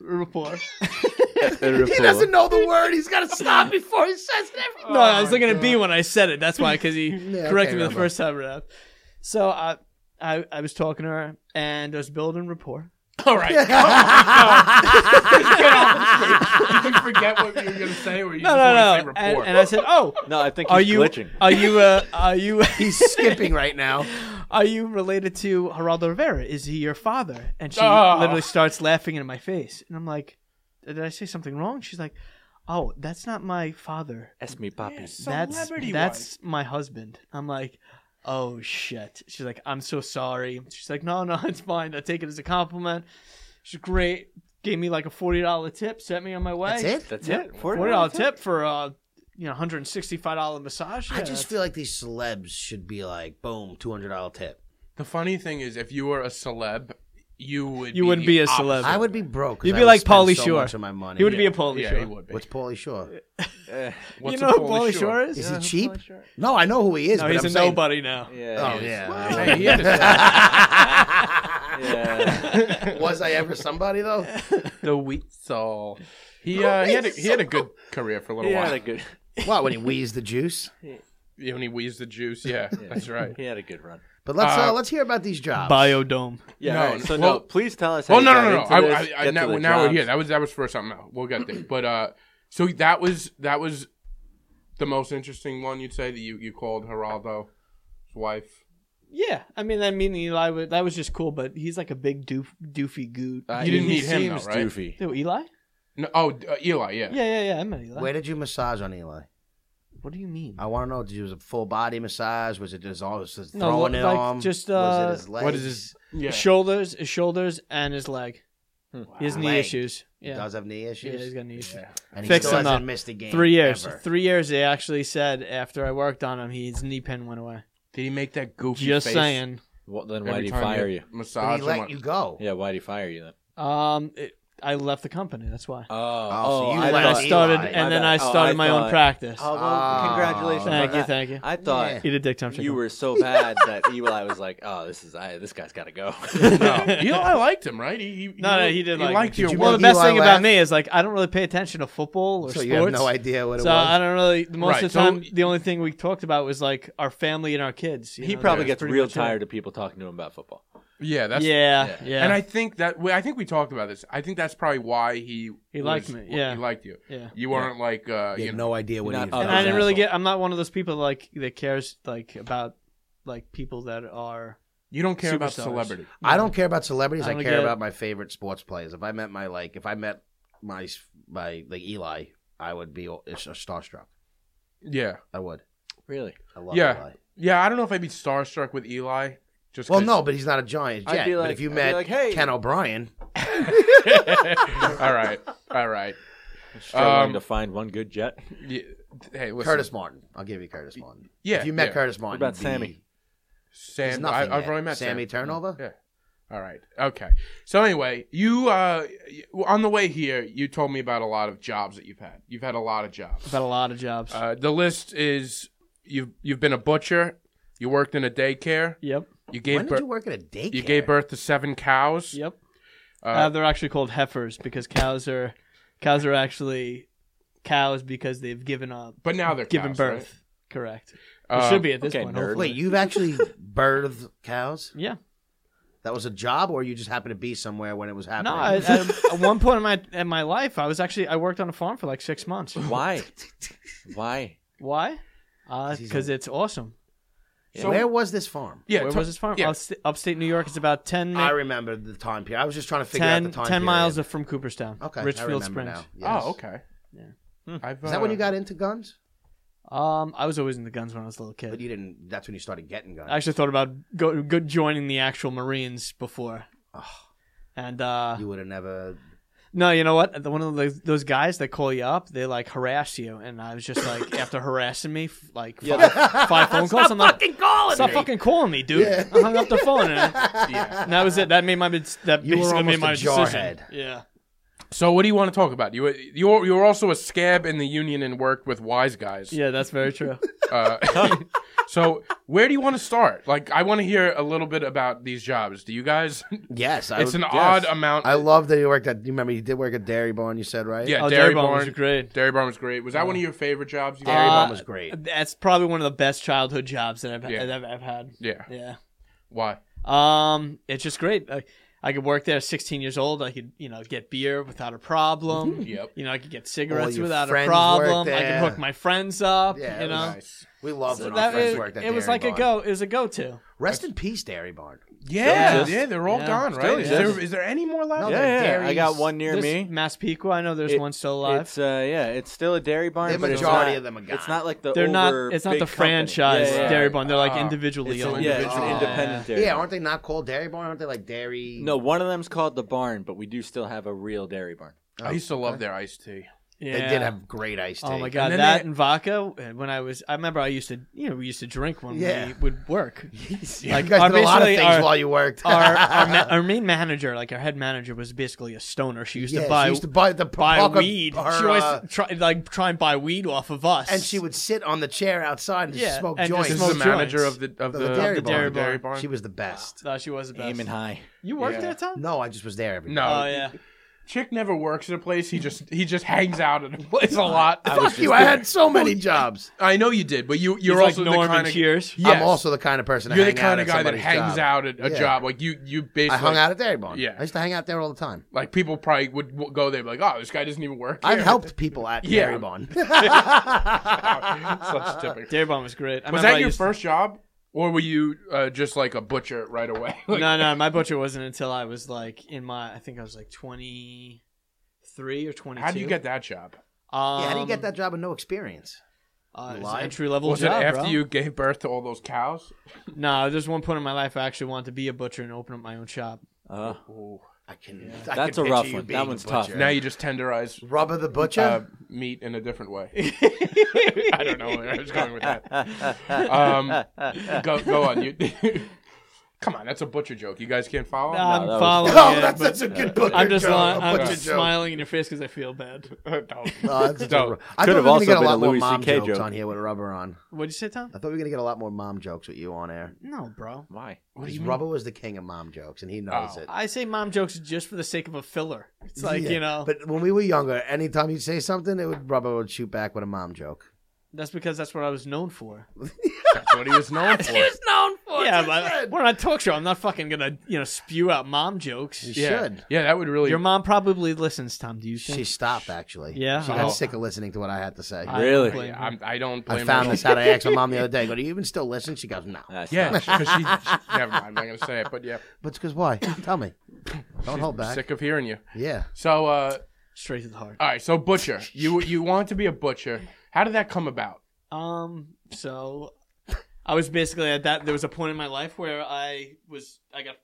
S4: rapport.
S3: He doesn't know the word. He's got to stop before he says it. Every-
S4: No, I was looking at B when I said it. That's why, because <laughs> he
S3: Yeah,
S4: corrected
S3: okay,
S4: me the
S3: Robert.
S4: first time around. So I, I, I was talking to her, and I was building rapport.
S2: All <laughs> right. Did you forget what you were gonna say, or you
S4: No,
S2: just
S4: no,
S2: want
S4: no.
S2: to say
S4: And,
S2: rapport?
S4: and I said, "Oh,
S5: No, I think he's
S4: are you,
S5: glitching.
S4: are you, uh, are you?"
S3: He's skipping right now.
S4: are you related to Geraldo Rivera? Is he your father? And she
S2: Oh.
S4: literally starts laughing into my face. And I'm like, did I say something wrong? She's like, oh, that's not my father.
S5: Es mi papi.
S4: That's
S2: Celebrity
S4: that's my husband. I'm like, oh shit. She's like, I'm so sorry. She's like, no, <laughs> no, it's fine. I take it as a compliment. She's great. Gave me like a forty dollar tip. Sent me on my way.
S3: That's it.
S5: That's
S4: Yeah,
S5: it.
S4: forty dollar tip for uh, you know, hundred and sixty five dollar massage.
S3: I
S4: Yeah,
S3: just feel like these celebs should be like, boom, two hundred dollar tip.
S2: the funny thing is, if you were a celeb, you would.
S4: You wouldn't
S2: the
S4: be a
S2: opposite.
S4: celeb.
S3: I would be broke. 'cause
S4: You'd
S3: I
S4: be
S3: would
S4: like
S3: spend
S4: Pauly
S3: so
S4: Shore.
S3: Much of my money.
S4: he would be
S2: Yeah.
S4: a Polish.
S2: yeah,
S4: show.
S2: he would be.
S3: What's Pauly Shore?
S2: What's
S4: you
S2: a
S4: know who Pauly
S2: Pauly
S4: Shore is?
S3: Is he cheap? No, I know who he is.
S4: No,
S3: but
S4: he's
S3: I'm Oh,
S4: a
S3: saying- <laughs>
S4: nobody now.
S5: Yeah.
S3: Oh
S5: he is.
S3: yeah.
S2: Hey, he is a celeb.
S5: Yeah.
S3: <laughs> Was I ever somebody though?
S2: the wheat soul. He uh, he had a, he had a good career for a little
S5: <laughs> he had
S2: while.
S5: a good.
S3: <laughs> what when he wheezed the juice?
S2: Yeah, when he wheezed the juice, yeah, that's right.
S5: He had a good run.
S3: But let's uh,
S2: Uh,
S3: let's hear about these jobs.
S4: Biodome.
S5: Yeah.
S2: No,
S5: all right, So
S2: well-
S5: no, please tell us. How
S2: Well,
S5: you
S2: Oh, no,
S5: got
S2: no, no, no.
S5: into
S2: I,
S5: this,
S2: I, I,
S5: get to
S2: now,
S5: the
S2: now we're
S5: jobs.
S2: here. That was that was for something. No, we'll get there. But uh, so that was that was the most interesting one you'd say that you you called Geraldo's wife.
S4: Yeah, I mean, I mean, Eli was, that was just cool, but he's like a big doof, doofy goot.
S5: Uh,
S2: You didn't
S5: he
S2: need him, though,
S5: seems
S2: right?
S5: Doofy.
S4: Who, Eli?
S2: No, oh, uh, Eli, yeah.
S4: Yeah, yeah, yeah. I met Eli.
S3: Where did you massage on Eli?
S4: What do you mean?
S3: I want to know. Did you was it full body massage? Was it just all was it
S4: No,
S3: throwing
S4: like,
S3: it on?
S4: just,
S3: was
S4: uh,
S3: it his legs?
S2: What is his? Yeah.
S4: His shoulders, his shoulders, and his leg. His knee
S3: Leg.
S4: issues.
S3: He
S4: Yeah.
S3: does have knee
S4: yeah,
S3: issues.
S4: he's got knee issues.
S3: And he
S4: Fix
S3: still
S4: him
S3: hasn't
S4: up.
S3: missed a game.
S4: Three years.
S3: ever.
S4: Three years. They actually said after I worked on him, his knee pin went away.
S2: Did he make that goofy
S4: Just
S2: face
S4: saying.
S5: Well, then
S2: every
S5: why did he
S2: time
S5: fire you?
S3: But
S2: Massage
S3: he
S2: him
S3: let
S2: on-
S3: you go.
S5: Yeah. Why did he fire you then?
S4: Um, it, I left the company. That's why.
S5: Oh,
S3: so you
S5: I
S4: and
S3: let
S4: I
S3: Eli.
S5: thought-
S4: started,
S3: My
S4: and then I
S5: bad. Oh,
S4: started
S5: I
S4: my own
S5: thought-
S4: practice.
S5: Oh, well,
S3: Ah.
S5: congratulations! on
S4: thank you,
S5: that.
S4: thank you.
S5: I thought
S3: Yeah.
S4: Eat a dick time chicken.
S5: you were so bad that Eli was like, "Oh, this is I. This guy's got to go."
S2: <laughs> No, <laughs> Eli liked him, right? He, he
S4: No, no, he did
S2: He
S4: like
S2: liked
S4: me.
S2: your
S3: you
S4: Well,
S2: work.
S4: the
S3: make
S4: best
S3: Eli
S4: thing
S3: laugh?
S4: about me is like I don't really pay attention to football or
S3: So
S4: sports.
S3: you have no idea what it
S4: So I
S3: was.
S4: don't really. Most
S2: Right,
S4: of the
S2: so-
S4: time, the only thing we talked about was like our family and our kids. you
S5: <laughs> he
S4: know,
S5: probably
S4: that's
S5: gets
S4: pretty
S5: real
S4: much it.
S5: tired of people talking to him about football.
S2: Yeah, that's
S4: yeah, yeah,
S5: yeah.
S2: And I think that we- I think we talked about this. I think that's probably why he
S4: He liked me, yeah.
S2: he liked you.
S4: yeah.
S2: You weren't like uh,
S3: You
S2: you
S3: had
S2: know.
S3: no idea what
S5: Not
S3: he was.
S5: other
S4: And
S5: than
S4: I
S3: doing.
S4: didn't really
S5: asshole.
S4: get. I'm not one of those people like that cares like about like people that are.
S2: You don't care about
S4: Superstars.
S2: celebrity.
S3: I don't care about celebrities.
S4: I
S3: I,
S4: don't
S3: care
S4: get-
S3: about my favorite sports players. If I met my like, if I met my s- my like Eli, I would be all- it's- uh, starstruck.
S2: Yeah,
S3: I would.
S5: Really?
S3: I love
S2: Yeah.
S3: Eli.
S2: yeah. I don't know if I'd be starstruck with Eli. Just
S3: Well,
S2: 'cause-
S3: no, <laughs> but he's not a giant
S5: I'd
S3: yet.
S5: be
S3: but
S5: like-
S3: if you
S5: I'd be
S3: met
S5: like, "Hey."
S3: Ken O'Brien,
S2: <laughs> all right, all right.
S5: Struggling
S2: Um,
S5: to find one good jet.
S2: Yeah. Hey, listen.
S3: Curtis Martin, I'll give you Curtis Martin.
S2: Yeah,
S3: if you met
S2: yeah.
S3: Curtis Martin,
S5: about
S3: you'd be-
S5: Sammy?
S2: Sam.
S3: he's nothing
S2: I, I've
S3: yet.
S2: already met
S3: Sammy
S2: Sam.
S3: Turnover.
S2: Yeah. All right. Okay. So anyway, you uh, y- on the way here, you told me about a lot of jobs that you've had. You've had a lot of jobs.
S4: I've had a lot of jobs.
S2: Uh, the list is you've you've been a butcher, you worked in a daycare,
S4: yep,
S2: you gave
S3: when
S2: birth,
S3: did you work at a daycare?
S2: you gave birth to seven cows.
S4: yep.
S2: Uh,
S4: Uh, they're actually called heifers because cows are cows are actually cows because they've given up
S2: but now they're
S4: given
S2: cows,
S4: birth. Correct. It
S2: right? Uh,
S4: should be at this
S5: okay,
S4: point.
S5: nerd.
S4: hopefully.
S3: Wait,
S2: <laughs>
S3: you've actually birthed cows?
S4: Yeah.
S3: That was a job, or you just happened to be somewhere when it was happening?
S4: No, I, at, at one point in my in my life, I was actually I worked on a farm for like six
S2: <laughs>
S4: months.
S5: Why? Why?
S4: Why?
S3: he's
S4: Because it's awesome.
S2: So-
S3: Where was this farm?
S2: Yeah,
S4: Where
S2: t-
S4: was this farm?
S2: yeah.
S4: Upst- upstate New York. It's about 10, mi-
S3: I remember the time period. I was just trying to figure
S4: 10,
S3: out the time
S4: 10
S3: period.
S4: miles from Cooperstown.
S3: okay, I
S4: Richfield
S3: remember
S4: Springs.
S3: now. Yes. Hmm.
S2: Oh, okay. I've,
S3: Is that
S2: uh,
S3: when you got into guns?
S4: Um, I was always in the guns when I was a little
S3: But
S4: kid.
S3: you didn't. That's when you started getting guns.
S4: I actually thought about go, go joining the actual Marines before. And uh,
S3: you would have never. <laughs>
S4: No, you know what? The, one of those, those guys that call you up, they like harass you, and I was just like, after harassing me, f- like five, <laughs> five phone calls, I'm like,
S3: calling
S4: stop fucking calling me, dude. I hung up the
S3: <laughs>
S4: phone, and,
S2: Yeah.
S4: and that was it. That made my bits- that
S3: You were
S4: basically made my
S3: almost a
S4: decision.
S3: jarhead.
S4: Yeah,
S2: So what do you want to talk about? You were, you were, you were also a scab in the union and worked with wise guys.
S4: yeah, that's
S3: <laughs>
S4: very true.
S2: Uh, so where do you want to start? Like, I want to hear a little bit about these jobs. Do you guys?
S3: Yes, I
S2: It's an
S3: would-
S2: odd amount.
S3: I love that you worked at. You remember you did work at Dairy Barn. You said right.
S2: yeah,
S4: Oh,
S2: Dairy,
S4: Barn
S2: Barn.
S4: was great.
S2: Dairy Barn was great. Was that one of your favorite jobs? You
S3: Dairy
S2: had?
S3: Barn
S4: Uh,
S3: was great.
S4: That's probably one of the best childhood jobs that I've
S2: Yeah.
S4: that I've, I've had.
S2: yeah.
S4: Yeah.
S2: Why?
S4: Um, it's just great. I, I could work there. Sixteen years old, I could you know get beer without a problem.
S2: Yep.
S4: You know, I could get cigarettes
S3: Mm-hmm. your
S4: without a
S3: friends
S4: problem.
S3: worked
S4: I could
S3: there.
S4: hook my friends up.
S3: Yeah, it was
S4: you know,
S2: Nice.
S3: We loved
S4: So
S3: when our
S4: that
S3: friends
S4: is-
S3: worked at
S4: it was
S3: Dairy
S4: like a
S3: Barn.
S4: go. It was a go-to.
S3: Rest in peace, Dairy Barn.
S2: Yeah,
S5: exists.
S2: yeah, they're all
S4: Yeah.
S2: gone,
S4: Still
S2: right? Is
S5: exists.
S2: there, is there any more left?
S3: No,
S5: Yeah,
S3: they're
S5: yeah, I
S3: dairies.
S5: got one near
S4: There's
S5: me.
S4: Massapequa. I know there's
S5: It-
S4: one still alive.
S5: It's uh, yeah, it's still a dairy barn.
S3: The
S5: but it's
S3: majority
S5: not-
S3: of them are
S5: It's
S3: gone.
S5: not like the
S4: They're
S5: over
S4: not. It's not
S5: big
S4: the
S5: company.
S4: franchise
S5: Yeah, yeah, yeah.
S4: Dairy Barn. They're like
S3: Uh,
S2: Ah.
S4: individually
S5: It's an-
S4: owned.
S5: yeah, it's
S3: Oh.
S5: an independent dairy.
S3: Yeah,
S5: barn.
S3: aren't they not called Dairy Barn? Aren't they like Dairy?
S5: No, one of them's called the barn, but we do still have a real dairy barn.
S2: I used to love their iced tea.
S4: Yeah.
S3: They did have great iced tea.
S4: Oh my god,
S2: then
S4: that
S2: they-
S4: and vodka. and When I was, I remember I used to, you know, we used to drink when
S3: Yeah.
S4: we would
S3: <laughs>
S4: work.
S3: Like, you guys
S4: our-
S3: did a lot of
S4: basically
S3: things
S4: our-
S3: while you worked. <laughs>
S4: our our, ma- our main manager, like our head manager, was basically a stoner. She used
S3: yeah,
S4: to buy
S3: she used to buy the
S4: buy
S3: Parker-
S4: weed.
S3: her,
S4: she always
S3: uh,
S4: try like try and buy weed off of us.
S3: and she would sit on the chair outside and just
S4: Yeah,
S3: smoke
S4: and just
S3: joints.
S2: This is
S4: Smoke
S2: the manager
S4: joints.
S2: of the of
S3: The
S2: the,
S3: dairy
S2: of the
S4: barn.
S2: dairy barn.
S3: She was the best.
S4: No, she was the best.
S5: aiming high.
S4: You worked
S2: Yeah.
S4: there, Tom?
S3: No, I just was there every
S2: No.
S4: Oh yeah.
S2: Chick never works at a place. He just he just hangs out at a place a lot. I,
S3: Fuck you! I had so many jobs.
S2: know you did, but you you're
S4: He's
S2: also
S4: like Norm
S2: the kind
S4: and
S2: of
S4: Cheers.
S2: Yes.
S3: I'm also the kind of person. to
S2: you're the
S3: hang out
S2: kind of
S3: at
S2: guy that
S3: somebody's
S2: hangs out
S3: job.
S2: at a
S3: Yeah.
S2: job. Like you you basically
S3: I hung out at Dairy Barn.
S2: Yeah.
S3: I used to hang out there all the time.
S2: like people probably would w- go there and be like oh this guy doesn't even
S3: <laughs>
S2: work.
S3: I've
S2: here."
S3: helped people at
S2: Yeah.
S3: Dairy Barn.
S2: Such typical.
S4: Dairy Bomb was great. I
S2: Was
S4: remember I
S2: that your
S4: used to-
S2: first job, or were you uh, just like a butcher right away? <laughs> Like,
S4: no,
S3: <laughs>
S4: no, my butcher wasn't until I was like in my. I think I was like twenty three or twenty two.
S2: How do you get that job?
S4: Um,
S3: Yeah, how do you get that job with no experience?
S4: Uh, it's
S3: Lied?
S4: an entry level
S2: Was
S4: job,
S2: it after
S4: bro.
S2: you gave birth to all those cows?
S4: No, there's one point in my life I actually wanted to be a butcher and open up my
S3: <laughs>
S4: own shop.
S5: Uh,
S3: I can. I
S5: That's
S3: can
S5: a rough
S3: picture you
S5: one.
S3: being
S5: That
S3: a
S5: one's
S3: butcher.
S5: tough.
S2: Now you just tenderize
S3: Rubber the butcher.
S2: uh, meat in a different way. I don't know where I was going with that. Um, go, go on. You, <laughs> come on, that's a butcher joke. You guys can't follow.
S4: I'm
S5: that was-
S4: following
S3: <laughs> <laughs> oh,
S4: it,
S3: that's
S4: but
S3: such a good butcher.
S4: I'm just,
S3: joke.
S4: lying-
S3: A
S4: I'm
S3: butcher
S4: just
S3: joke.
S4: smiling in your face because I feel bad.
S2: No.
S3: <laughs> Oh, that's such a
S2: No.
S3: ru- I thought
S5: Could've
S3: we were
S5: also
S3: gonna get a
S5: been a
S3: lot more
S5: Louis
S3: mom
S5: CK
S3: jokes
S5: joke.
S3: on here with rubber on.
S4: What'd you say, Tom?
S3: I thought we were gonna get a lot more mom jokes with you on air.
S4: No, bro.
S5: why?
S2: do
S3: Because
S2: you mean?
S3: Rubber was the king of mom jokes, and he knows
S2: Oh.
S3: it.
S4: I say mom jokes just for the sake of a filler. It's like
S3: Yeah.
S4: you know,
S3: But when we were younger, anytime you'd say something, it would Rubber would shoot back with a mom joke.
S4: that's because that's what I was known for.
S2: That's what he was known for.
S4: yeah, but we're on a talk show. I'm not fucking gonna you know spew out mom jokes.
S3: You
S2: yeah.
S3: should.
S2: Yeah, that would really.
S4: Your mom probably listens, Tom. Do you think?
S3: She stopped actually.
S4: Yeah?
S3: She got
S4: Oh.
S3: sick of listening to what I had to say.
S4: I
S3: I,
S4: don't
S5: Really?
S4: blame her.
S2: I'm, I don't blame.
S3: found
S2: her.
S3: this out. I asked my mom the other day. Go, do you even still listen? She goes, no.
S5: That's
S2: Yeah,
S5: not-
S2: 'cause she, she- never mind. I'm not gonna say it, but yeah,
S3: But because why? Tell me. Don't hold back.
S2: sick of hearing you.
S3: Yeah.
S2: So, uh,
S4: Straight to the heart.
S2: all right. So butcher, you you want to be a butcher? How did that come about?
S5: Uh,
S4: Um, so I was basically at that. There was a point in my life where I was I got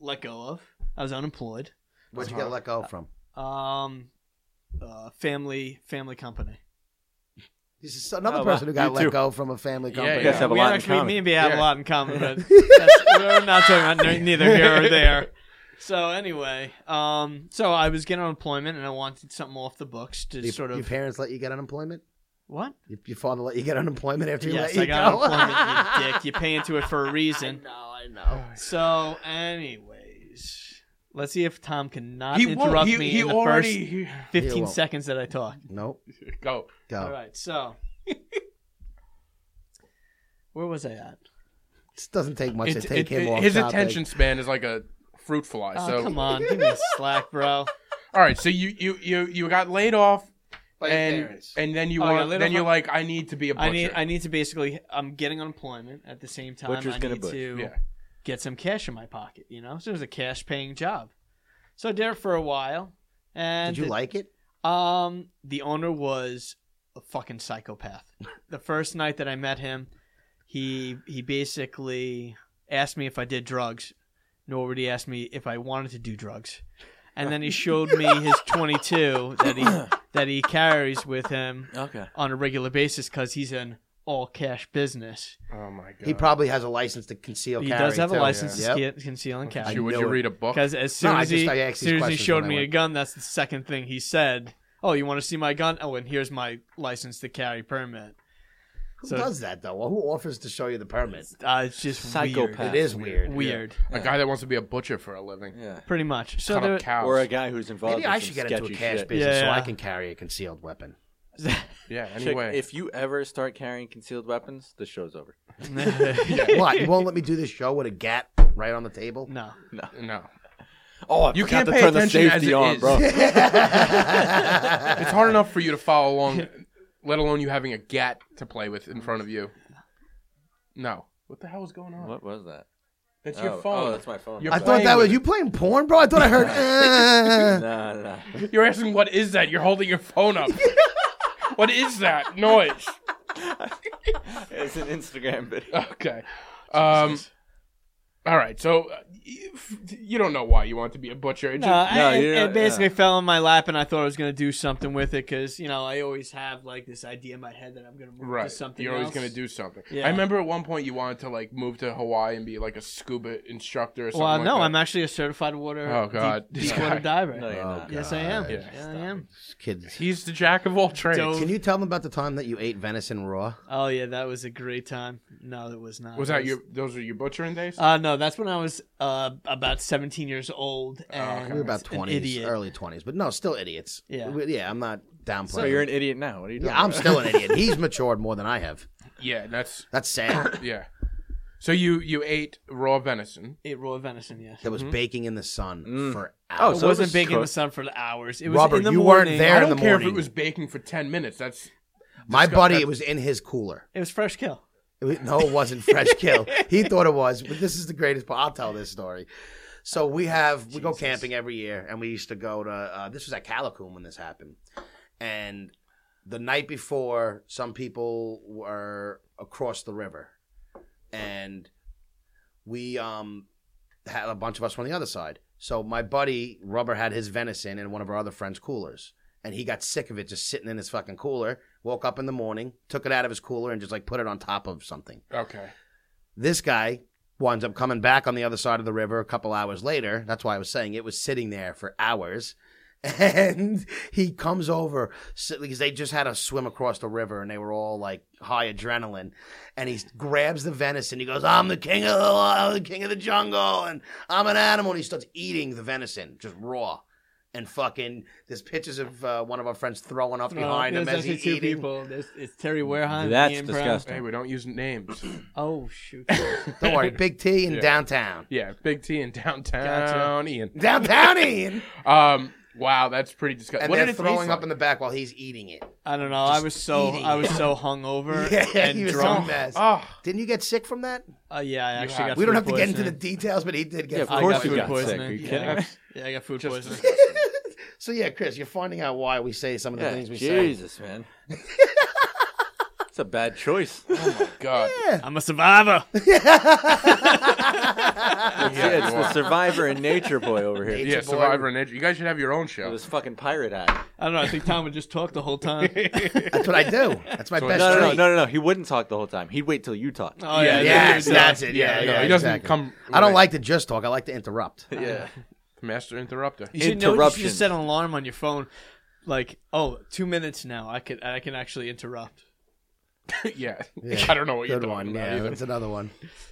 S4: let go of. I was unemployed.
S3: Where'd you get let go from?
S4: Um, uh, family family company.
S3: This is another
S5: Oh, wow.
S3: person who got
S5: You
S3: let
S5: too.
S3: go from a family company.
S5: You guys have a
S4: we
S5: lot in
S4: actually
S5: common.
S4: me and B have
S2: Yeah.
S4: a lot in common,
S5: <laughs>
S4: but that's, we're not talking about ne- neither here or there. So anyway, um, so I was getting unemployment and I wanted something off the books to
S3: Your,
S4: sort of
S3: your parents let you get unemployment?
S4: what?
S3: Your, your father let you get unemployment after you
S4: Yes,
S3: let you
S4: I got
S3: go?
S4: unemployment.
S2: <laughs>
S3: <laughs>
S4: you dick, you pay into it for a reason.
S3: I know.
S4: So, anyways, let's see if Tom can not
S2: He won't-
S4: interrupt
S2: he-
S4: me
S2: he
S4: in the
S2: already
S4: first
S2: he-
S4: 15
S3: won't. Oh.
S4: seconds that I talk.
S3: Nope.
S2: go.
S3: Go.
S4: All right, so <laughs> where was I at?
S3: This doesn't take much
S2: It-
S3: to take
S2: it-
S3: him
S2: it-
S3: off
S2: his
S3: topic.
S2: attention span is like a fruit fly.
S4: Oh,
S2: so
S4: come on, give me slack, bro.
S2: all right. So you you you you got laid off, and and then you
S4: Oh, I got
S2: want
S4: laid
S2: then
S4: off
S2: you're
S4: on-
S2: like I need to be a butcher.
S4: I need, I need to basically. I'm getting unemployment at the same time.
S5: Butcher's
S4: I
S5: gonna
S4: need
S5: butch.
S4: to
S2: Yeah.
S4: get some cash in my pocket. You know, so it was a cash-paying job. So I did it for a while, and
S3: Did you like it?
S4: Um, the owner was a fucking psychopath. the first night that I met him, he he basically asked me if I did drugs. Nor would he ask me if I wanted to do drugs. And then he showed me his 22 that he that he carries with him
S5: <laughs> Okay.
S4: on a regular basis because he's an all cash business.
S2: oh my god.
S3: He probably has a license to conceal
S4: He
S3: carry.
S4: does have a
S3: too.
S4: license
S3: Yep.
S4: to ske- conceal and carry.
S2: Would you- would
S3: I
S2: you
S3: know it.
S2: read a book?
S4: Because as
S3: No,
S4: soon
S3: I
S4: as
S3: just-
S4: he,
S3: I asked these
S4: soon as he
S3: questions
S4: showed
S3: when I
S4: me a
S3: went.
S4: gun, that's the second thing he said. Oh, you want to see my gun? Oh, and here's my license to carry permit.
S3: Who
S4: So-
S3: does that though? Well, who offers to show you the permit?
S4: Uh, it's just
S5: Psychopath.
S3: It is weird.
S4: weird. Weird,
S2: a guy that wants to be a butcher for a living.
S5: Yeah.
S4: pretty much. So
S2: Cut
S4: there,
S2: up cows.
S5: Or a guy who's involved.
S3: Maybe
S5: in
S3: I
S5: some
S3: should get into a
S5: sketchy
S3: cash
S5: shit.
S3: business so
S4: Yeah.
S3: I can carry a concealed
S4: <laughs>
S3: weapon.
S2: yeah.
S5: Chick,
S2: Anyway,
S5: if you ever start carrying concealed weapons, the show's over.
S4: <laughs>
S3: what? You won't let me do this show with a gat right on the table?
S4: no,
S2: <laughs> no.
S5: Oh, I
S2: You can't
S5: forgot to
S2: pay
S5: turn the
S2: attention as
S5: safety
S2: it
S5: on,
S2: is.
S5: bro.
S3: <laughs>
S2: It's hard enough for you to follow
S4: <laughs>
S2: along, let alone you having a gat to play with in front of you. No. What the hell is going on?
S5: <laughs> What was that?
S2: That's
S5: oh,
S2: your phone.
S5: Oh, that's my phone. <laughs>
S2: Your
S3: I thought
S2: playing
S3: that was
S2: with
S3: you playing porn, bro. I thought I
S4: <laughs>
S3: heard.
S5: Nah,
S3: "Eh."
S5: nah.
S2: You're asking what is that? You're holding your phone
S5: <laughs>
S2: up. what is that noise?
S3: <laughs>
S5: It's an Instagram video.
S2: Okay. Um, All right, so uh, you, you don't know why you want to be a butcher. It
S4: No,
S2: just-
S5: No,
S4: I, it,
S5: you're
S4: it
S5: not-
S4: basically
S5: yeah.
S4: fell in my lap, and I thought I was going to do something with it because you know I always have like this idea in my head that I'm going to move
S2: right,
S4: to something.
S2: you're always
S4: else.
S2: going to do something.
S4: Yeah.
S2: I remember at one point you wanted to like move to Hawaii and be like a scuba instructor or something.
S4: Well,
S2: like
S4: no,
S2: that.
S4: I'm actually a certified water.
S2: Oh, God.
S4: deep,
S2: This
S4: deep water
S2: guy.
S4: diver.
S5: No, you're not.
S4: yes, I am.
S3: God.
S2: Yeah.
S4: Yeah, I am.
S3: These Kids.
S2: He's the jack of all trades.
S4: Dope.
S3: Can you tell them about the time that you ate venison raw?
S4: Oh yeah, that was a great time. No, it was not.
S2: Was that your? Those are your butchering days.
S4: Uh, no, that's when I was uh, about 17 years old. And
S2: okay.
S3: Oh, We were about
S4: an
S3: twenties,
S4: idiot.
S3: early twenties, but no, still idiots.
S4: Yeah.
S3: We- yeah. I'm not downplaying.
S5: So you're an idiot now. What are you doing?
S3: yeah, I'm still an
S5: <laughs>
S3: idiot. He's matured more than I have.
S2: yeah, that's
S3: That's sad.
S2: yeah. So you you ate raw venison.
S4: Ate raw venison, yes.
S3: There was baking in the sun for
S5: Mm-hmm. Oh,
S3: hours.
S5: so
S4: it
S5: it
S4: wasn't
S5: was
S4: baking in the
S5: cooked.
S4: sun for the hours. It was
S3: Robert,
S4: in the
S3: you weren't
S4: morning.
S3: there.
S2: I
S3: in
S2: don't
S3: the
S2: care if
S3: morning.
S2: it was baking for ten minutes. That's
S3: My buddy,
S2: that-
S3: it was in his cooler.
S4: It was fresh kill.
S3: It was- No, it wasn't fresh kill. He thought it was, but this is the greatest part. I'll tell this story. So we have we go camping every year, and we used to go to uh, this was at Calicoon when this happened, and the night before, some people were across the river, and we um had a bunch of us from the other side. So my buddy Rubber had his venison in one of our other friends' coolers, and he got sick of it just sitting in his fucking cooler. Woke up in the morning, took it out of his cooler, and just like put it on top of something
S2: okay.
S3: this guy winds up coming back on the other side of the river a couple hours later. That's why I was saying it was sitting there for hours. <laughs> And he comes over s- because they just had to swim across the river and they were all like high adrenaline. And he grabs the venison. He goes, I'm the king of the, I'm the king of the jungle and I'm an animal. And he starts eating the venison just raw. And fucking, there's pictures of uh, one of our friends throwing up behind
S4: Oh, there's
S3: him as
S4: actually
S3: he's
S4: two
S3: eating.
S4: people. There's, it's Terry Wareheim.
S5: That's
S4: Ian Brown.
S5: disgusting.
S2: Hey, we don't use names. <clears throat>
S4: Oh shoot.
S3: Don't worry, Big T in downtown.
S2: yeah, Big T in downtown Ian.
S3: Downtown Ian!
S2: Um, wow, that's pretty disgusting.
S3: and
S2: what
S3: they're
S2: did it
S3: throwing
S2: taste
S3: up
S2: like?
S3: in the back while he's eating it.
S4: I don't know. I was so
S3: eating
S4: I was
S3: it.
S4: so
S3: <laughs>
S4: hungover
S3: Yeah,
S4: and
S3: he was so
S4: drunk.
S3: mad. the-
S2: Oh,
S3: Didn't you get sick from that?
S4: Uh, yeah, I actually
S2: had-
S4: got.
S3: we don't
S4: food
S3: have to get into the
S4: poisoning.
S3: details, but he did get.
S5: Yeah, of
S3: food
S4: I
S5: course
S4: got
S5: you
S4: food
S5: got sick.
S4: poisoning.
S5: Are you
S4: Yeah.
S5: kidding me?
S4: Yeah, I got food
S2: Just-
S4: poisoning.
S3: so yeah, Chris, you're finding out why we say some of the
S5: Yeah,
S3: things we
S5: Jesus, man. <laughs> It's a bad choice.
S2: oh my god.
S4: I'm a survivor.
S5: It's,
S2: Yeah,
S5: it's
S2: you
S5: the
S2: are.
S5: survivor and nature boy over here.
S3: Nature-
S5: It
S2: <laughs> Yeah,
S3: boy.
S2: Survivor and Edge. You guys should have your own show.
S5: was fucking pirate eye.
S4: I don't know. I think Tom would just talk the whole
S3: <laughs>
S4: time.
S3: say. That's what I do. That's my best
S5: No, no, no,
S3: trait.
S5: no, no, no. He wouldn't talk the whole time. He'd wait till you talked.
S4: Oh
S2: Yeah,
S4: yeah,
S3: Yes,
S4: yeah.
S3: that's it. Yeah,
S2: no,
S3: yeah,
S2: he doesn't
S3: exactly.
S2: come.
S3: I don't like to just talk. I like to interrupt.
S5: yeah.
S2: master interrupter.
S4: You should know. You should
S5: Interruptions.
S4: just set an alarm on your phone. Like, oh, two minutes now. I could, I can actually interrupt.
S2: <laughs> yeah.
S3: Yeah.
S2: I don't know what you're
S3: Good
S2: talking
S3: one.
S2: about
S3: Yeah,
S2: either.
S3: that's another one.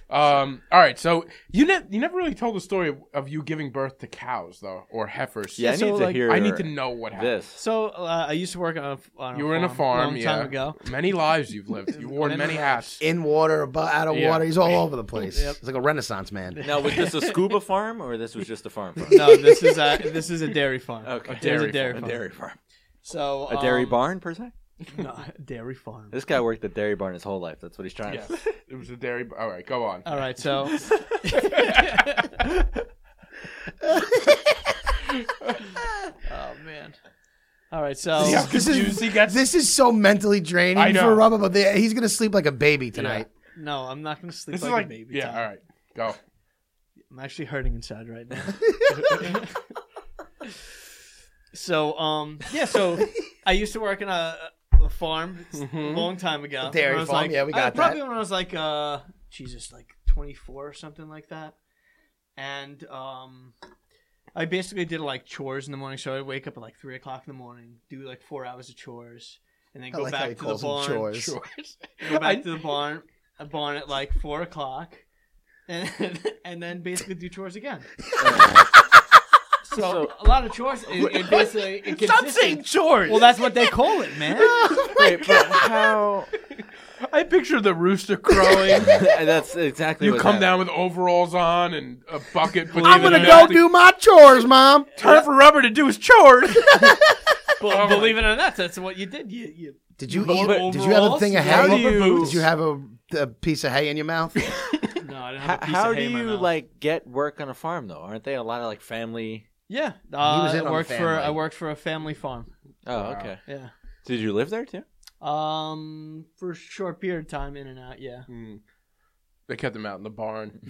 S2: Um, all right, so you ne- you never really told the story of, of you giving birth to cows though, or heifers.
S5: Yeah, I
S4: so,
S5: need to
S4: like,
S5: hear
S2: I need to know what happened.
S5: this.
S4: So uh, I used to work on a, on
S2: You were in a farm,
S4: long
S2: yeah.
S4: time ago.
S2: Many lives you've lived. You worn many hats.
S3: In water, bu- out of
S2: Yeah.
S3: water. He's all over the place. He's like a Renaissance man.
S5: Now, was this a scuba farm or this was just a farm? farm?
S4: No, this is a <laughs> this is a dairy farm.
S5: Okay. A
S4: There's
S2: dairy
S4: a dairy
S5: A
S4: farm.
S5: dairy farm.
S4: So
S5: A dairy
S4: um,
S5: barn, per se?
S4: <laughs> No, a dairy farm.
S5: This guy worked at dairy barn his whole life. That's what he's trying
S2: Yes,
S5: <laughs> to
S2: it was a dairy. All right, go on.
S4: All right,
S5: <laughs>
S4: so <laughs> Oh man. All right, so
S2: See how
S3: This is-
S2: confused he gets?
S3: This is so mentally
S2: I
S3: draining
S2: know.
S3: for Rubber, but they- he's gonna sleep like a baby tonight.
S4: no, I'm not going to sleep
S2: This
S4: like,
S2: is like
S4: a baby.
S2: yeah.
S4: Tom.
S2: All right, go.
S4: I'm actually hurting inside right
S3: <laughs>
S4: now. so, um,
S3: <laughs>
S4: yeah, so I used to work in a, a farm a long time ago.
S3: Mm-hmm. dairy
S4: When I was
S3: farm,
S4: like-
S3: yeah, we
S4: uh,
S3: got
S4: Probably
S3: that.
S4: when I was like, uh, Jesus, like 24 or something like that. And um, I basically did like chores in the morning. So I'd wake up at like 3 o'clock in the morning, do like four hours of chores, and then
S3: I
S4: go
S3: like how
S4: back
S3: he
S4: to the
S3: calls them
S4: barn
S3: chores.
S4: go back to the barn, a barn at like four o'clock, and <laughs> and then basically do chores again. so, a lot of chores. It, it basically it
S2: Stop
S4: consists
S2: saying
S4: of-
S2: chores.
S4: Well, that's what they call it, man.
S5: Wait, but how? <laughs>
S2: I picture the rooster crowing.
S5: That's exactly
S2: you
S5: what
S2: come
S5: happened.
S2: down with overalls on and a bucket.
S3: I'm
S2: believe it or
S3: gonna go
S2: not.
S3: do my chores, mom.
S2: Time for Robert to do his chores.
S4: Well, believe it or not, that's what you did. You, you
S3: Did you
S4: You
S3: eat?
S4: bought
S3: Did you have a
S4: overalls?
S3: thing of
S4: How
S3: hay?
S4: do you-
S3: Did you have a, a piece of hay in your
S4: <laughs>
S3: mouth?
S4: no, I didn't
S5: How,
S4: have a piece
S5: how
S4: of
S5: do
S4: hay in my
S5: you
S4: mouth.
S5: like get work on a farm though? Aren't they a lot of like family?
S4: Yeah, uh,
S3: was in on
S4: I
S3: the
S4: worked for
S3: family.
S4: I worked for a family farm.
S5: Oh, okay.
S4: Yeah.
S5: Did you live there too?
S4: Um, for a short period of time, in and out. Yeah.
S2: They kept him out in the barn.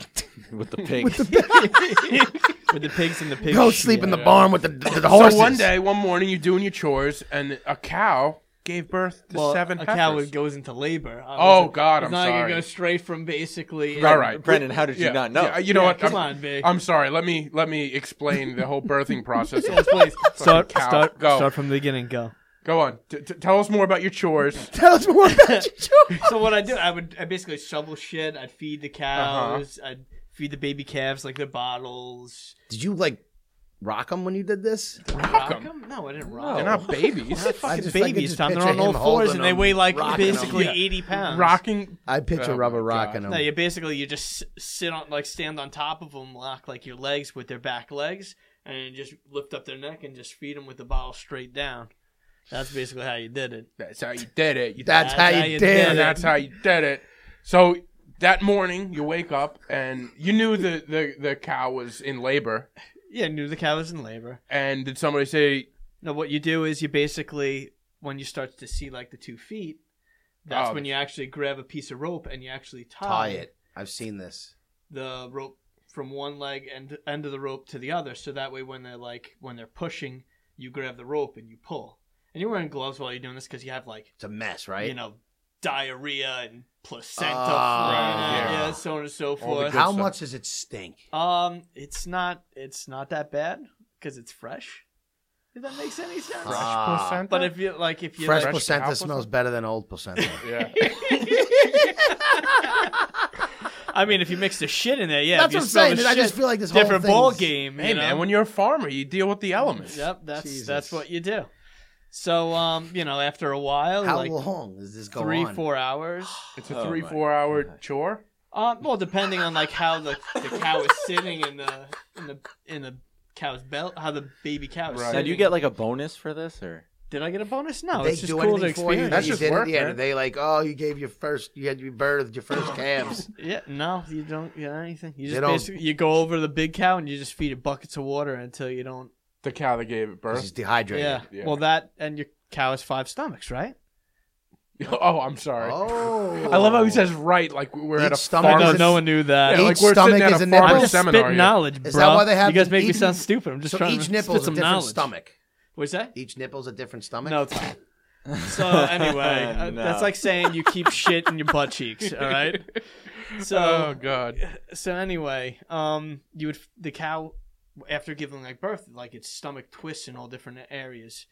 S5: with <laughs> the pigs.
S4: with the pigs and the pigs.
S3: Go sleep in the
S2: yeah.
S3: barn with the, the, the horses.
S2: So one day, one morning, you're doing your chores, and a cow gave birth to
S4: Well,
S2: seven
S4: a
S2: heifers.
S4: cow goes into labor.
S2: Oh, God, I'm
S4: it's not Like
S2: sorry.
S4: it goes straight from basically.
S2: All right,
S5: Brendan, how did you
S2: Yeah,
S5: not know?
S2: yeah, you know
S4: Yeah,
S2: what?
S4: come
S2: I'm,
S4: on, Vic.
S2: I'm sorry. Let me let me explain the whole birthing process.
S4: Yes,
S2: <laughs>
S4: <laughs> please. start,
S2: cow.
S4: start,
S2: Go.
S4: start from the beginning. Go.
S2: Go on. T- t- tell us more about your chores.
S3: Tell us more about your
S4: <laughs>
S3: chores.
S4: So what I do, I would I basically shovel shit. I'd feed the cows. I'd feed the baby calves like their bottles.
S3: Did you like rock them when you did this?
S4: Rock
S2: 'em.
S4: 'em? No, I didn't rock.
S5: No.
S2: They're not babies.
S3: I
S4: Fucking
S3: just- I could
S4: babies,
S3: just
S4: Tom. They're
S3: picture
S4: on all
S3: him
S4: fours
S3: holding
S4: and they
S3: them,
S4: weigh like
S3: rocking 'em.
S4: basically
S2: Yeah.
S4: 80 pounds.
S2: Rocking.
S3: I picture
S2: Oh,
S3: rubber
S2: my God.
S3: rocking them.
S4: No, you basically you just s- sit on like stand on top of them, lock like your legs with their back legs, and you just lift up their neck and just feed them with the bottle straight down. That's basically how you did it.
S2: That's how you did it. You
S3: That's how you did
S2: and
S3: it.
S2: that's how you did it. So that morning, you wake up and you knew the, the, the cow was in labor.
S4: Yeah, knew the cow was in labor.
S2: And did somebody say,
S4: No, what you do is you basically when you start to see like the two feet, that's
S2: Oh.
S4: when you actually grab a piece of rope and you actually tie,
S3: tie it. I've seen this.
S4: the rope from one leg and end of the rope to the other, so that way when they're like when they're pushing, you grab the rope and you pull. And you're wearing gloves while you're doing this because you have like
S3: It's a mess, right?
S4: you know diarrhea and placenta,
S3: Ah,
S4: flying out,
S2: yeah.
S4: yeah, so on and so
S2: All the
S4: forth.
S3: How
S2: Good stuff.
S3: much does it stink?
S4: Um, it's not it's not that bad because it's fresh. If that makes any sense.
S2: fresh
S3: Ah.
S2: placenta?
S4: But if you like, if you
S3: Fresh,
S4: like,
S2: fresh
S3: placenta
S2: cow
S3: smells
S2: placenta?
S3: better than old
S4: <laughs>
S3: placenta.
S2: yeah.
S4: <laughs> I mean, if you mix the shit in there, yeah.
S3: That's
S4: if you
S3: what I'm
S4: smell
S3: saying.
S4: the
S3: I just
S4: shit,
S3: feel like this
S4: different
S3: whole
S4: ball
S3: thing's-
S4: game.
S2: Hey,
S4: you know?
S2: man, when you're a farmer, you deal with the elements.
S4: Yep, that's
S3: Jesus.
S4: that's what you do. So, um, you know, after a while,
S3: How
S4: like
S3: long does this go
S4: three,
S3: on?
S4: four hours.
S2: It's a
S5: Oh,
S2: three,
S5: my
S2: four hour chore.
S4: Um, well, depending on like how the, the cow is sitting in the in the in the cow's belt, how the baby cow is.
S2: Right.
S5: Now,
S4: Sitting.
S5: do you get like a bonus for this, or
S4: Did I get a bonus? No,
S3: they
S4: Oh, it's just
S3: do
S4: cool to
S3: anything for you.
S4: experience.
S3: that
S2: That's
S3: you
S2: just
S3: did at
S2: work,
S3: the end?
S2: man.
S3: Are they like, oh, you gave your first, you had you birthed your <laughs> first calves.
S4: Yeah, no, you don't get anything. You
S3: They
S4: just
S3: don't-
S4: basically you go over to the big cow and you just feed it buckets of water until you don't.
S2: The cow that gave it
S3: She's
S2: birth.
S3: dehydrated.
S4: Yeah.
S2: Yeah.
S4: Well, that and your cow has five stomachs, right?
S2: <laughs> Oh, I'm sorry.
S3: Oh.
S2: I love how he says right, like we're
S3: Each
S2: at a
S3: stomach
S2: farm.
S3: is
S4: No,
S3: Because-
S4: no one knew that.
S2: Yeah, like
S3: Each
S2: we're
S3: stomach
S2: sitting at
S3: is
S2: a
S3: a nipple.
S2: farmer
S4: I'm just
S2: seminar.
S4: spitting
S2: here.
S4: knowledge, bro.
S3: Is that why they have
S4: you guys
S3: them
S4: make me
S3: eating-
S4: sound stupid. I'm just
S3: So
S4: trying
S3: each
S4: to
S3: nipple
S4: spit
S3: is a
S4: some
S3: different
S4: knowledge.
S3: stomach.
S4: What's that?
S3: Each nipple's a different stomach.
S4: No,
S3: <laughs>
S4: Tom. So anyway, <laughs> uh,
S5: No.
S4: that's like saying you keep shit in your butt cheeks. All
S3: <laughs>
S4: right. So
S2: Oh God.
S4: so anyway, um, you would the cow after giving like birth, like its stomach twists in all different areas,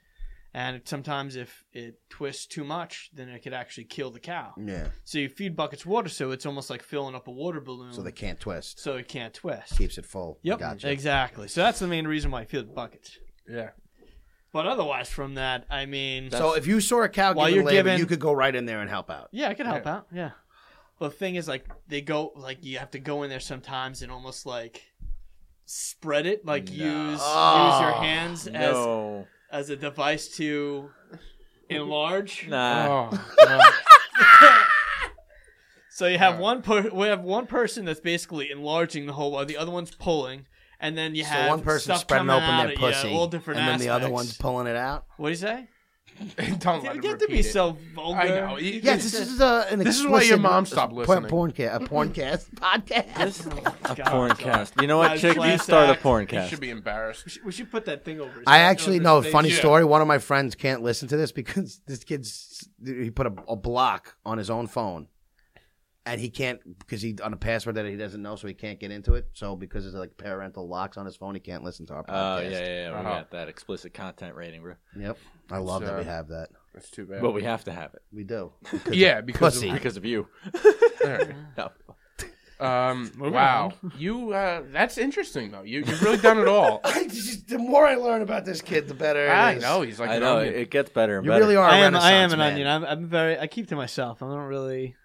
S4: and it, sometimes if it twists too much, then it could actually kill the cow.
S3: Yeah.
S4: So you feed buckets of water, so it's almost like filling up a water balloon,
S3: So they can't twist.
S4: so it can't twist.
S3: Keeps it full.
S4: Yep,
S3: Gotcha.
S4: exactly. So that's the main reason why I feed the buckets.
S2: Yeah.
S4: But otherwise, from that, I mean,
S3: So if you saw a cow
S4: While
S3: giving
S4: you're
S3: labor,
S4: giving-
S3: you could go right in there and help out.
S4: Yeah, I could help
S2: Yeah.
S4: out. Yeah. But the thing is, like, they go, like, you have to go in there sometimes and almost, like, spread it. Like, use use your
S3: Ah.
S4: hands
S5: no?
S4: as, as a device to
S3: <laughs>
S4: enlarge.
S5: Nah.
S2: Oh, God.
S4: So you have one per- we have one person that's basically enlarging the whole while the other one's pulling. And then you
S3: So
S4: have
S3: one person
S4: stuff
S3: spreading
S4: coming
S3: open
S4: out
S3: their
S4: at you,
S3: pussy,
S4: all
S3: and
S4: different
S3: then the other
S4: aspects.
S3: one's pulling it out.
S4: What do you say?
S2: <laughs> Don't let
S4: You
S2: him
S4: have to be
S2: repeat it.
S4: so vulgar.
S2: I know. He-
S4: <laughs>
S2: <laughs>
S3: Yes, this is a, an
S2: This is why your
S3: explicit-
S2: mom stopped listening.
S3: Porn, porn ca- a porncast <laughs> podcast.
S5: This
S4: God,
S5: a porn
S4: sorry.
S5: cast. You know
S4: Guys,
S5: what, chick? You
S4: class
S5: start a
S4: act.
S5: porn
S2: He
S5: cast.
S2: should be embarrassed.
S4: We should put that thing over. his-
S3: I actually
S4: over
S3: know.
S4: his
S3: Funny
S4: face.
S3: story. One of my friends can't listen to this because <laughs> this kid's he put a, a block on his own phone, and he can't because he on a password that he doesn't know, so he can't get into it. So because it's like parental locks on his phone, he can't listen to our
S5: Oh
S3: podcast.
S5: yeah, yeah, yeah. We
S2: Uh-huh.
S5: got that explicit content rating, bro.
S3: Yep. I love that we
S2: uh,
S3: have that.
S2: That's too bad.
S5: But we have to have it
S3: We <laughs> do.
S2: yeah, because
S3: Pussy.
S5: because of you.
S2: <laughs> there.
S5: No.
S2: Um, wow, you. Uh, that's interesting though. You, you've really done it all.
S3: I just, the more I learn about this kid, the better. it
S2: I
S3: is.
S2: know he's like
S5: I
S2: an
S5: know
S2: onion.
S5: it gets better and
S3: You
S5: better.
S3: really are. a
S4: I am. I am
S3: renaissance
S4: an
S3: man.
S4: onion. I'm, I'm very. I keep to myself. I don't really.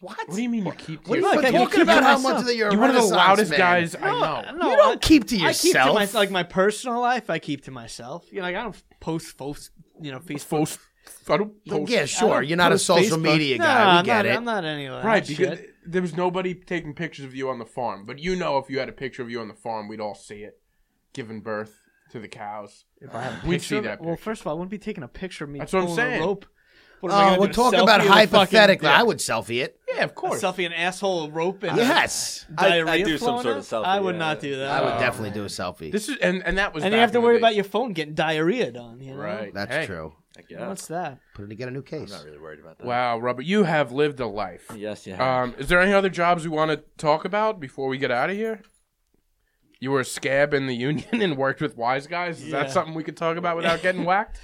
S3: What?
S2: What do you mean you keep? to
S3: What are you
S2: yourself?
S4: I
S3: talking
S4: gotta keep
S3: about?
S4: to
S3: How
S4: myself.
S3: much that you're, a
S2: You're one of the
S3: renaissance
S2: loudest
S3: man.
S2: guys I know.
S4: No,
S3: You don't
S4: I-
S3: keep to
S4: I keep to
S3: yourself.
S4: myself. Like my personal life, I keep to myself. You know, like I don't post posts. You know, Facebook.
S2: Folks, I don't post-
S3: Yeah,
S2: I
S3: sure. You're not a
S2: post
S3: social
S2: Facebook.
S3: media
S4: no,
S3: guy.
S4: I'm
S3: We get
S4: not.
S3: it.
S4: I'm not any of that
S2: right?
S4: shit.
S2: Because there was nobody taking pictures of you on the farm, but you know, if you had a picture of you on the farm, we'd all see it, giving birth to the cows. If I had a
S4: We'd
S2: we'd see
S4: still-
S2: that.
S4: Well,
S2: picture.
S4: first of all, I wouldn't be taking a picture of me
S2: That's what I'm
S4: pulling
S2: saying.
S4: a rope. But What am I
S3: Oh,
S4: gonna
S3: we're
S4: do,
S3: talking
S4: selfie
S3: about
S4: of a fucking
S3: hypothetically.
S4: dick?
S3: I would selfie it.
S2: Yeah, of course.
S4: Selfie an asshole rope and
S3: Yes,
S5: I- I'd
S4: diarrhea
S5: do some
S4: flowing
S5: sort of
S4: out?
S5: selfie,
S4: I would
S5: yeah.
S4: not do that.
S3: I would
S2: Oh,
S3: definitely do a selfie.
S2: This is and and that was.
S4: and
S2: back
S4: you have to
S2: in the
S4: worry
S2: day.
S4: about your phone getting diarrhea done. You know?
S2: Right.
S3: That's
S2: Hey,
S3: true.
S5: I guess.
S4: What's that?
S3: Put it to get a new
S5: I'm
S3: case.
S5: not really worried about that.
S2: Wow, Robert, you have lived a life.
S5: Yes, yeah.
S2: Um, is there any other jobs we want to talk about before we get out of here? You were a scab in the union <laughs> and worked with wise guys. Is
S4: Yeah.
S2: that something we could talk about without
S4: <laughs>
S2: getting whacked?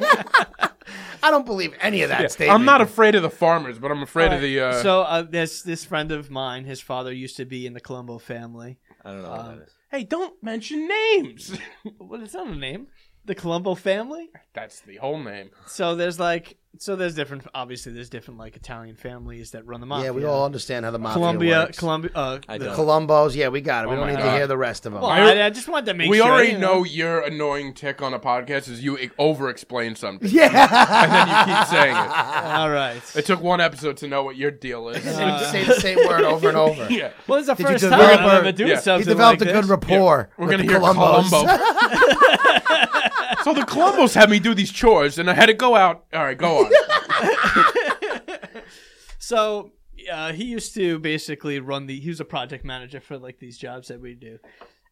S3: I don't believe any of that statement.
S2: I'm not afraid of the farmers, but I'm afraid of the. Uh...
S4: so uh, this this friend of mine, his father used to be in the Colombo family.
S5: I don't know what
S4: um,
S5: that is.
S2: Hey, don't mention names.
S4: Well, it's not a name. The Colombo family.
S2: <laughs> That's the whole name.
S4: So there's like so there's different. Obviously, there's different like Italian families that run the mafia.
S3: Yeah, we all understand how the mafia
S4: Colombia,
S3: works.
S4: Colombia. Uh,
S5: I
S4: the-
S5: don't.
S3: Colombos, yeah, we got it. We
S2: Oh
S3: don't
S2: my
S3: need to
S2: God.
S3: hear the rest of them.
S4: Well, I, I just wanted to make
S2: we
S4: sure.
S2: already
S4: you
S2: know. your annoying tick on a podcast is you over explain something.
S3: yeah,
S2: And you keep saying <laughs> it.
S4: All right.
S2: It took one episode to know what your deal is.
S4: Uh,
S3: <laughs> say the same word over and
S4: <laughs>
S3: over.
S2: <laughs> yeah.
S4: well, it's the
S3: Did you
S4: first time
S3: develop
S4: I've
S3: a-
S4: ever doing
S2: Yeah. He
S4: something
S3: He developed
S4: like
S3: a good
S4: this.
S3: rapport.
S2: We're
S3: with
S2: gonna
S3: the
S2: hear
S3: Colombos.
S2: Columbo. <laughs> so the Colombos had me do these chores, and I had to go out. All right, go <laughs> on.
S4: So uh, he used to basically run the. He was a project manager for like these jobs that we do,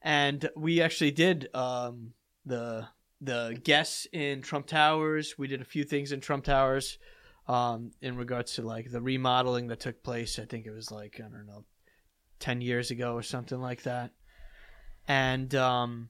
S4: and we actually did um, the the guests in Trump Towers. We did a few things in Trump Towers, um, in regards to like the remodeling that took place. I think it was like I don't know, ten years ago or something like that, and. Um,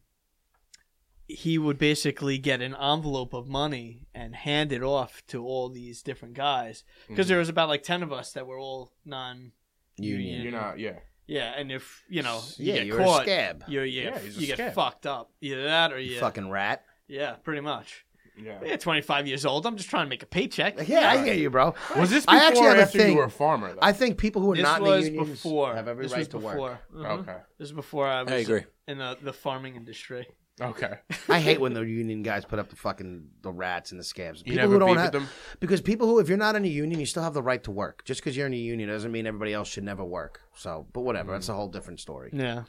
S4: he would basically get an envelope of money and hand it off to all these different guys because there was about like 10 of us that were all non
S3: Union.
S2: You're not, yeah.
S4: yeah and if you know you
S3: Yeah,
S4: get
S3: you're
S4: caught
S3: a scab.
S4: you're, you
S2: Yeah, he's a
S4: you get
S2: scab.
S4: fucked up either that or
S3: You
S4: you
S3: fucking rat.
S4: yeah pretty much
S2: Yeah.
S4: yeah 25 years old i'm just trying to make a paycheck
S3: Yeah, I hear you, bro.
S2: Was this before
S3: I actually
S2: or
S3: have a
S2: after
S3: thing.
S2: you were a farmer? Though?
S3: I think people who are
S4: this
S3: not in the
S4: was
S3: unions
S4: before
S3: have every
S4: this
S3: right
S4: was
S3: to
S4: before.
S3: work.
S4: Mhm.
S2: Okay.
S4: this is before i was
S5: agree.
S4: in the, the farming industry
S2: Okay.
S3: I hate when the union guys put up the fucking the rats and the scabs.
S2: You
S3: People
S2: never
S3: who don't
S2: beef
S3: have
S2: with them?
S3: because people who if you're not in a union, you still have the right to work. Just because you're in a union doesn't mean everybody else should never work. So, but whatever, that's a whole different story.
S4: yeah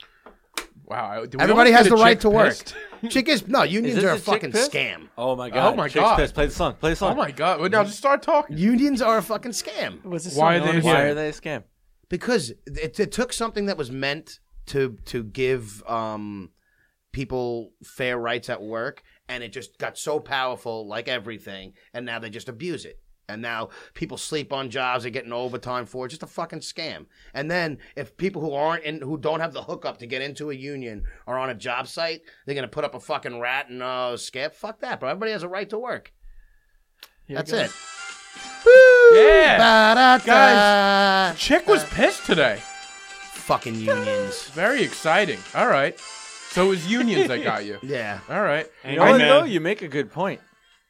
S2: Wow. I- do we
S3: Everybody
S2: always
S3: has
S2: get
S3: the
S2: a
S3: right
S2: chick
S3: to work.
S2: pissed?
S3: Chick is no unions
S5: this
S3: are
S5: a
S3: a
S5: chick
S3: fucking
S5: piss?
S3: scam.
S5: Oh my god.
S2: my
S5: Chicks
S2: God.
S5: Pissed. Play the song. Play the song.
S2: Oh my god! Well, now just start talking.
S3: Unions are a fucking scam.
S4: was this
S2: Why
S4: something
S2: they-
S4: on-
S5: Why
S2: Yeah.
S5: are they a scam?
S3: because it, it took something that was meant to to give um, people fair rights at work, and it just got so powerful, like everything, and now they just abuse it. And now people sleep on jobs, they're getting overtime for it. Just a fucking scam. And then if people who aren't in, who don't have the hookup to get into a union are on a job site, they're gonna put up a fucking rat and uh, scab. Fuck that, bro. Everybody has a right to work.
S4: Here
S3: That's
S4: goes.
S3: it.
S2: Yeah.
S3: Ba-da-da.
S2: Guys. Chick was pissed today.
S3: fucking unions.
S2: Very exciting. All right. So it was unions that got you.
S3: Yeah.
S2: All right.
S5: You know
S2: I
S5: what,
S2: know.
S5: though? You make a good point.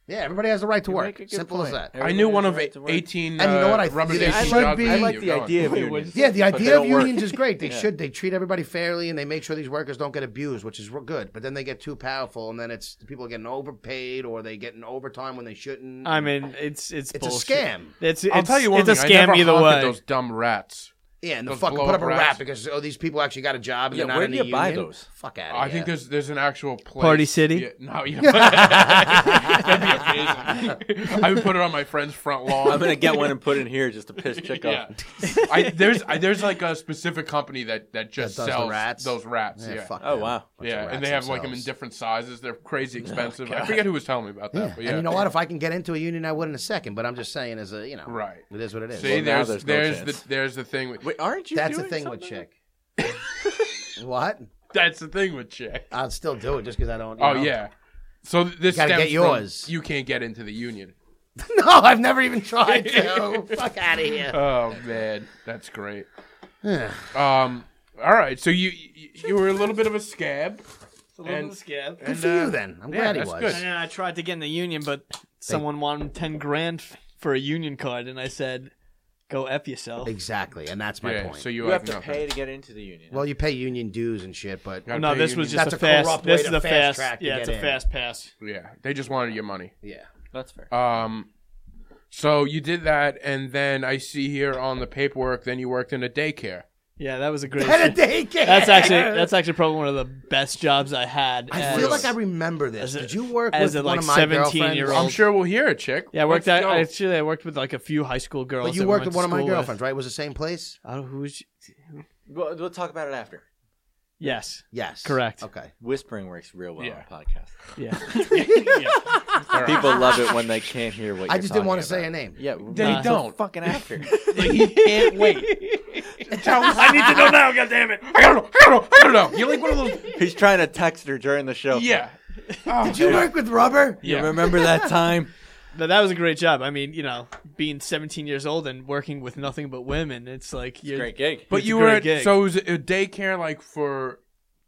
S3: Yeah, everybody has the right to
S5: You
S3: work.
S5: make a good
S3: Simple as
S5: point.
S3: that.
S2: I knew
S5: Everybody
S2: one
S5: has
S2: of
S5: the right to work.
S2: eighteen.
S3: And you know what? I
S2: uh, Robert
S3: think
S2: H.
S3: I
S2: Johnson
S3: like
S2: jobs
S3: being-
S2: that
S5: I like
S2: you
S5: the
S2: got.
S5: idea of
S4: Wait,
S5: unions.
S4: what'd you
S3: Yeah, the
S5: But they
S3: idea of
S5: don't work.
S3: unions is great.
S5: <laughs>
S3: They should. They treat everybody fairly and they make sure these workers don't get abused, which is real good. But then they get too powerful and then it's people are getting overpaid or they get in overtime when they shouldn't.
S4: i mean it's it's
S3: it's
S4: bullshit.
S3: a scam.
S4: it's,
S2: I'll
S4: it's-
S2: tell you one
S4: it's a
S2: thing, I
S4: scam
S2: never
S4: either
S2: honk at
S4: way
S2: Those dumb rats.
S3: Yeah, and the
S2: Those
S3: fucking put
S2: blow-up
S3: up a
S2: rats.
S3: rap because oh these people actually got a job and
S5: Yeah,
S3: they're not
S5: where
S3: in
S5: do
S3: the
S5: you buy
S3: union.
S5: those?
S3: Fuck out of
S2: I think there's there's an actual place.
S4: Party City?
S2: Yeah, no, yeah. <laughs> That'd be amazing. I would put it on my friend's front lawn.
S5: I'm gonna get one and put it in here just to piss chick
S2: yeah.
S5: off.
S2: I, there's I, there's like a specific company that that just
S3: That does the
S2: sells
S3: rats?
S2: those rats. Yeah. Yeah.
S3: fuck
S5: Oh,
S3: them.
S5: wow.
S3: Bunch of
S2: and
S3: rats
S2: they have like them in
S3: themselves. Oh
S2: different sizes. They're
S3: <laughs>
S2: crazy expensive. I forget who was telling me about that.
S3: Yeah.
S2: But yeah.
S3: And you know what? If I can get into a union, I would in a second. But I'm just saying, as a you know,
S2: Right.
S3: It is what it is.
S2: See,
S5: now
S2: there's
S5: there's
S2: there's,
S5: no chance.
S2: the there's the thing with
S5: Wait, aren't you?
S3: That's the
S5: doing
S3: thing with
S5: something? <laughs>
S3: chick. what?
S2: that's the thing with chick.
S3: I'd still do it just because I don't. you
S2: Oh
S3: know.
S2: yeah. So th- this
S3: gotta
S2: stems
S3: get yours.
S2: From, you can't get into the union.
S3: <laughs> No, I've never even tried to. <laughs> Fuck out of here.
S2: Oh man, that's
S3: <sighs>
S2: great. um, all right. So you you, you were a little bit of a scab.
S4: It's a little
S2: and-
S4: bit scam
S3: Good
S2: and,
S3: for
S2: uh,
S3: you then. I'm
S2: yeah,
S3: glad he
S2: that's
S3: was.
S2: good.
S4: And then I tried to get in the union, but someone wanted ten grand f- for a union card, and I said, "Go f yourself."
S3: Exactly, and that's my
S2: Yeah.
S3: point.
S2: So you,
S5: You have
S2: like,
S5: to
S2: no,
S5: pay to get into the union.
S3: well, you pay union dues and shit, but
S2: gotta
S4: No,
S2: pay
S4: this was
S2: union-
S4: just
S3: That's
S4: a
S3: a corrupt
S4: fast.
S3: way
S4: This
S3: to
S4: is a
S3: fast
S4: fast.
S3: track to
S4: yeah, it's
S3: get
S4: a
S3: in.
S4: fast pass.
S2: yeah. They just wanted your money.
S3: yeah.
S5: That's fair.
S2: Um, so you did that, and then I see here on the paperwork, then you worked in a daycare.
S4: Yeah, that
S3: <laughs>
S4: was a great.
S3: At a daycare.
S4: That's actually that's actually probably one of the best jobs I had.
S3: I
S4: as-
S3: feel like I remember this.
S4: as a-
S3: Did you work
S4: as
S3: with
S4: a,
S3: one
S4: like,
S3: of my
S4: 17
S3: girlfriends? Oh,
S4: year
S2: I'm
S4: old.
S2: sure we'll hear it, chick.
S4: yeah, I worked
S2: Let's
S4: at
S2: go. <laughs>
S4: actually I worked with like a few high school girls.
S3: But you
S4: that
S3: worked
S4: went
S3: with one of my
S4: school
S3: girlfriends, right? It was the same place?
S4: I don't know who's.
S5: We'll, we'll talk about it after.
S4: Yes.
S3: Yes.
S4: Correct.
S3: Okay.
S5: Whispering works real well
S2: Yeah.
S5: on podcasts.
S3: <laughs>
S4: Yeah.
S2: All right.
S5: People love it when they can't hear what.
S3: I
S5: you're
S3: just didn't
S5: want
S3: wanna
S5: to
S3: say a name.
S5: Yeah,
S2: They
S5: nah.
S2: don't.
S5: fucking after.
S2: Like, he can't wait. I need to know now. God damn it! I gotta know. I gotta know. I gotta know. You're like one of those. Oh,
S5: He's trying to text her during the
S2: <laughs>
S5: show.
S2: Yeah.
S3: Did you work with rubber?
S5: You
S2: Yeah.
S5: remember that time?
S4: But that was a great job. I mean, you know, being 17 years old and working with nothing but women, it's like you're
S5: Great gig.
S2: But
S4: It's a
S2: you
S4: great
S2: were at,
S4: gig.
S2: so it was a daycare like for